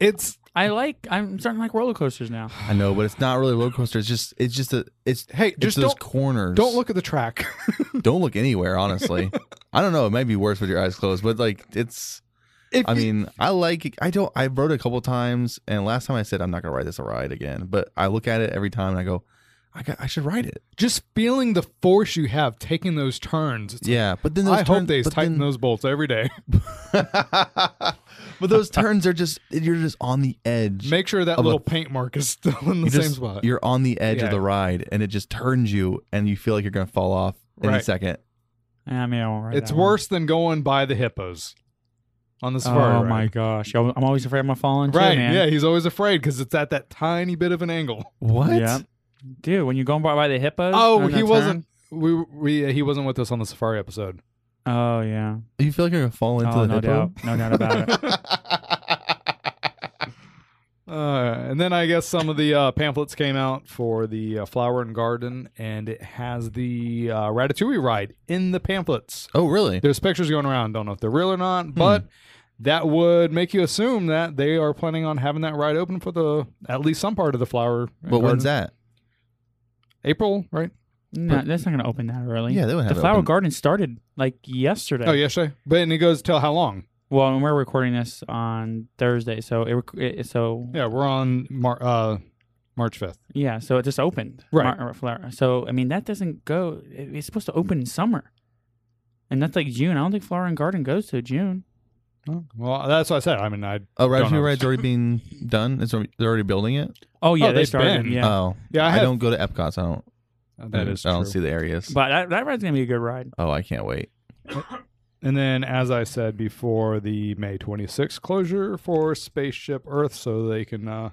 C: It's
D: I like. I'm starting to like roller coasters now.
E: I know, but it's not really a roller coaster. It's just it's just a it's
C: hey,
E: just
C: just
E: those
C: don't
E: corners.
C: don't look at the track. <laughs>
E: don't look anywhere. Honestly, <laughs> I don't know. It might be worse with your eyes closed, but like it's.
C: If
E: I
C: you-
E: mean, I like. it- I don't. I rode it a couple times, and last time I said I'm not gonna ride this a ride again. But I look at it every time and I go, I got, I should ride it.
C: just feeling the force you have taking those turns. It's
E: Yeah, but then those
C: I
E: turn-
C: hope they
E: but
C: tighten
E: then-
C: those bolts every day. <laughs>
E: <laughs> but those turns are just you're just on the edge.
C: Make sure that
E: Of a-
C: little paint mark is still in the
E: you
C: same
E: just-
C: spot.
E: You're on the edge
C: Yeah.
E: of the ride, and it just turns you, and you feel like you're gonna fall off in a
C: Right.
E: second.
D: I mean, I won't ride.
C: It's
D: that one.
C: worse than going by the hippos on the
D: Oh
C: safari. ride.
D: my gosh! I'm I'm always afraid I'm gonna fall into.
C: Right.
D: man.
C: Yeah, he's always afraid because it's at that tiny bit of an angle.
E: What?
D: Yeah. Dude, when you're going by, by the hippos.
C: Oh,
D: on
C: he
D: that
C: wasn't- We we uh, he wasn't with us on the safari episode.
D: turn- Oh yeah.
E: You feel like you're gonna fall into
D: oh
E: the
D: no
E: hippo?
D: doubt. No
C: <laughs>
D: doubt about it.
C: Uh, and then I guess some of the uh, pamphlets came out for the uh, flower and garden, and it has the uh, ratatouille ride in the pamphlets.
E: Oh, really?
C: There's pictures going around. Don't know if they're real or
E: Hmm.
C: not, but that would make you assume that they are planning on having that ride open for the at least some part of the flower. and
E: But
C: garden.
E: when's that?
C: April, right?
D: no, that's not gonna open that early.
E: Yeah, they would have
D: the
E: it
D: flower
E: open.
D: garden started like yesterday.
C: Oh, yesterday. But and it goes till how long?
D: Well, and we're recording this on Thursday, so it, rec- it so
C: Yeah, we're on Mar- uh, March 5th.
D: Yeah, so it just opened.
C: Right.
D: Mar- Flower. So I mean, that doesn't go. it- It's supposed to open in summer, and that's like June. I don't think Flower and Garden goes to June.
C: Well, that's what I said. I mean, I
E: Oh,
C: Don't know.
E: Ratatouille
D: <laughs>
E: ride's already been done. It's already, they're already building it.
D: Oh yeah,
C: Oh,
D: they
C: they've
D: started.
C: been.
D: Yeah,
E: Oh,
C: yeah, I,
E: I,
C: have,
E: don't go to Epcot. So I don't. mm,
C: That is
E: I don't
C: true.
E: see the areas.
D: but that, that ride's gonna be a good ride.
E: oh, I can't wait.
C: And then, as I said before, the May 26th closure for Spaceship Earth, so they can uh,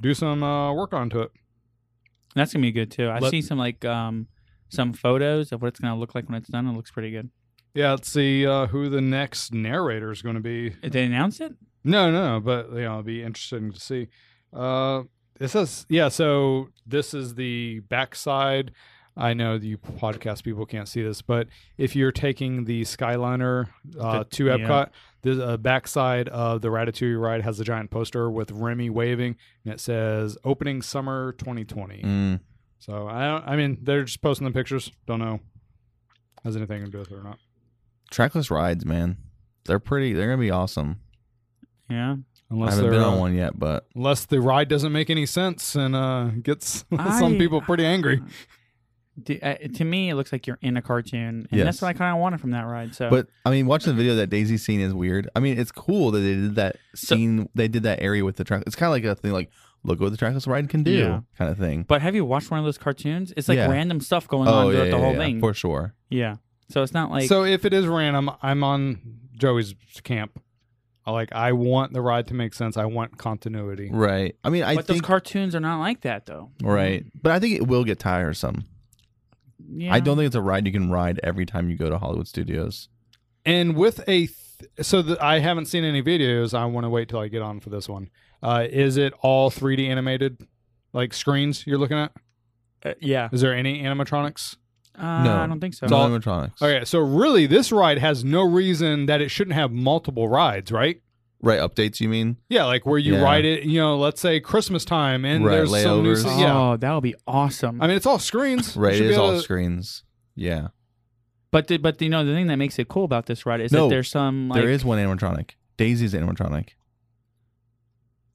C: do some uh, work onto it.
D: That's gonna be good too. I
C: Let-
D: see some like um some photos of what it's gonna look like when it's done. It looks pretty good.
C: Yeah, let's see uh, who the next narrator is going to be.
D: Did they announce it?
C: No, no, no, but you know, it'll be interesting to see. Uh, it says, yeah. So this is the backside. I know that you podcast people can't see this, but if you're taking the Skyliner uh,
D: The-
C: to
D: yeah.
C: Epcot, the uh, backside of the Ratatouille ride has a giant poster with Remy waving, and it says "Opening Summer 2020."
E: Mm.
C: So I don't. I mean, they're just posting the pictures. Don't know has anything to do with it or not.
E: Trackless rides, man. They're pretty. They're gonna be awesome.
D: Yeah,
C: Unless
E: I haven't
C: they're
E: been
C: uh,
E: on one yet, but
C: unless the ride doesn't make any sense and uh, gets <laughs> some
D: I-
C: people pretty angry.
D: to, uh, to me, it looks like you're in a cartoon, and
E: Yes.
D: that's what I kind of wanted from that ride. So,
E: But I mean, watching the video of that Daisy scene is weird. I mean, it's cool that they did that
D: So-
E: scene. they did that area with the track. It's kind of like a thing like look what the trackless ride can do
D: Yeah.
E: kind of thing.
D: but have you watched one of those cartoons? It's like
E: Yeah.
D: random stuff going
E: oh
D: on
E: yeah,
D: throughout
E: yeah,
D: the whole
E: yeah,
D: thing.
E: for sure.
D: Yeah, so it's not <sighs> like
C: so if it is random, I'm on Joey's camp. I Like I want the ride to make sense. I want continuity.
E: Right. I mean, I
D: but
E: think
D: those cartoons are not like that though.
E: right, but I think it will get tiresome.
D: Yeah.
E: I don't think it's a ride you can ride every time you go to Hollywood Studios.
C: And with a th- so the, I haven't seen any videos. I want to wait till I get on for this one. Uh, is it all 3D animated, like screens you're looking at?
D: Uh, yeah.
C: Is there any animatronics?
D: Uh,
E: No.
D: I don't think so.
E: It's all animatronics.
C: Okay, so really, this ride has no reason that it shouldn't have multiple rides, right?
E: Right. Updates. You mean?
C: Yeah, like where you
E: Yeah.
C: ride it, you know, let's say Christmas time, and
E: Right,
C: there's some new.
E: layovers.
C: se- Yeah,
D: Oh, that would be awesome.
C: I mean, it's all screens. You
E: Right.
C: should
E: It
C: be
E: is
C: able
E: all
C: to-
E: screens. Yeah.
D: but the, but you know the thing that makes it cool about this ride is
E: No,
D: that there's some like
E: there is one animatronic. Daisy's animatronic.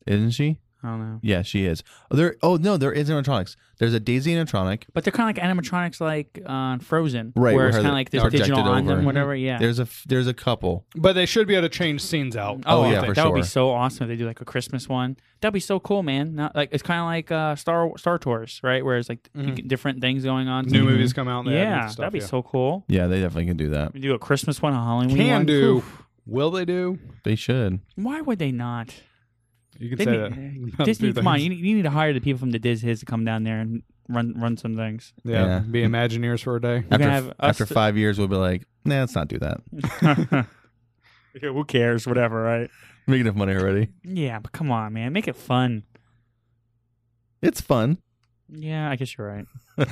E: Isn't she?
D: I don't know.
E: Yeah, she is. Oh, there. Oh no, there is animatronics. There's a Daisy animatronic.
D: But they're kind of like animatronics, like on Frozen, Where
E: Right, where
D: it's
E: her-
D: kind of like this
E: projected
D: digital on
E: over.
D: them, whatever.
C: Mm-hmm.
D: Yeah.
E: There's a f- there's a couple.
C: But they should be able to change scenes out.
D: Oh,
E: Oh, yeah,
D: yeah, that
E: for
D: would
E: sure.
D: be so awesome if they do like a Christmas one. That'd be so cool, man. Not like it's kind of like uh, Star Star Tours, right? Where it's like you
C: Mhm.
D: get different things going on.
C: New
E: Mhm.
C: movies come out. and they add new
D: yeah,
C: stuff,
D: that'd be
C: yeah.
D: so cool.
E: Yeah, they definitely can do that.
D: We do a Christmas one, a Halloween
C: Can
D: one.
C: do.
D: Oof.
C: Will they do?
E: They should.
D: Why would they not?
C: You can
D: They
C: say
D: need-
C: that. <laughs>
D: Disney,
C: Do
D: come on,
C: things.
D: you need, you need to hire the people from the Diz His to come down there and run run some
C: <laughs>
D: things. <laughs>
C: yeah,
E: Yeah.
C: be Imagineers for a day.
D: We're
E: After
D: gonna
E: f-
D: have us
E: after
D: to-
E: five years, we'll be like, nah, let's not do that.
D: Yeah, who cares? Whatever, right?
E: Make enough money already.
D: Yeah, but come on, man, make it fun.
E: It's fun.
D: Yeah, I guess you're right.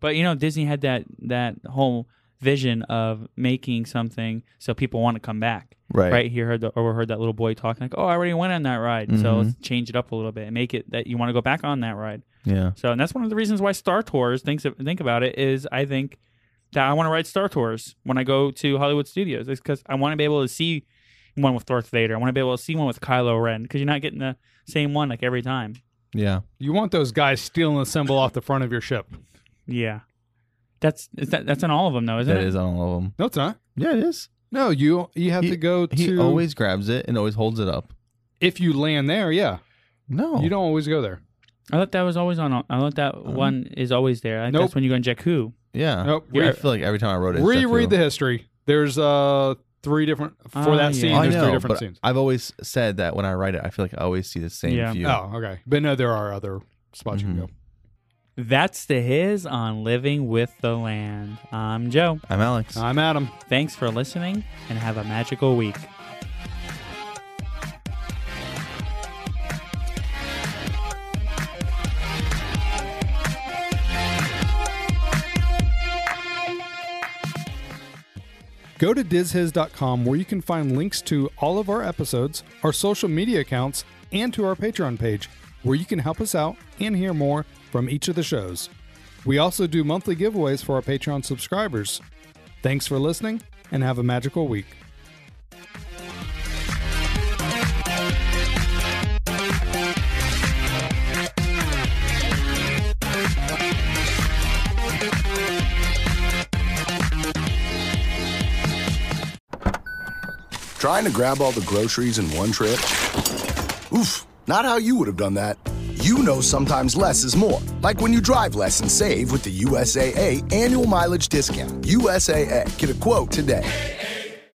D: But you know, Disney had that that whole vision of making something so people want to come back.
E: right.
D: Right here, heard the, overheard that little boy talking like, "Oh, I already went on that ride, so let's change it up a little bit and make it that you want to go back on that ride."
E: Yeah.
D: So, and that's one of the reasons why Star Tours thinks of- think about it is I think that I want to ride Star Tours when I go to Hollywood Studios. It's because I want to be able to see one with Darth Vader. I want to be able to see one with Kylo Ren because you're not getting the same one like every time.
E: Yeah.
C: You want those guys stealing the symbol off the front of your ship?
D: Yeah, that's is that, that's in all of them though, isn't
E: That
D: it?
E: is on all of them.
C: No, it's not.
E: Yeah, it is.
C: No, you you have
E: He-
C: to go to
E: He always grabs it and always holds it up.
C: if you land there. Yeah,
E: No.
C: you don't always go there.
D: I thought that was always on. I thought that
E: Uh-huh.
D: one is always there. I think
C: Nope.
D: That's when you go in Jakku.
E: Yeah.
C: Nope.
E: Yeah, I
C: Re-
E: feel like every time I wrote it, it's
C: Reread
E: Jakku.
C: the history. There's uh three different for
D: Ah,
C: that
D: yeah.
C: scene.
E: I
C: There's
E: know,
C: three different
E: but
C: scenes.
E: I've always said that when I write it, I feel like I always see the same
D: Yeah.
E: view.
C: Oh, okay. But no, there are other spots you can go.
D: That's the his on living with the land. I'm Joe.
E: I'm Alex.
C: I'm Adam.
D: Thanks for listening, and have a magical week.
C: Go to dizhiz.com where you can find links to all of our episodes, our social media accounts, and to our Patreon page where you can help us out and hear more from each of the shows. We also do monthly giveaways for our Patreon subscribers. Thanks for listening and have a magical week.
A: Trying to grab all the groceries in one trip? Oof, not how you would have done that. You know sometimes less is more. Like when you drive less and save with the USAA annual mileage discount. USAA, get a quote today.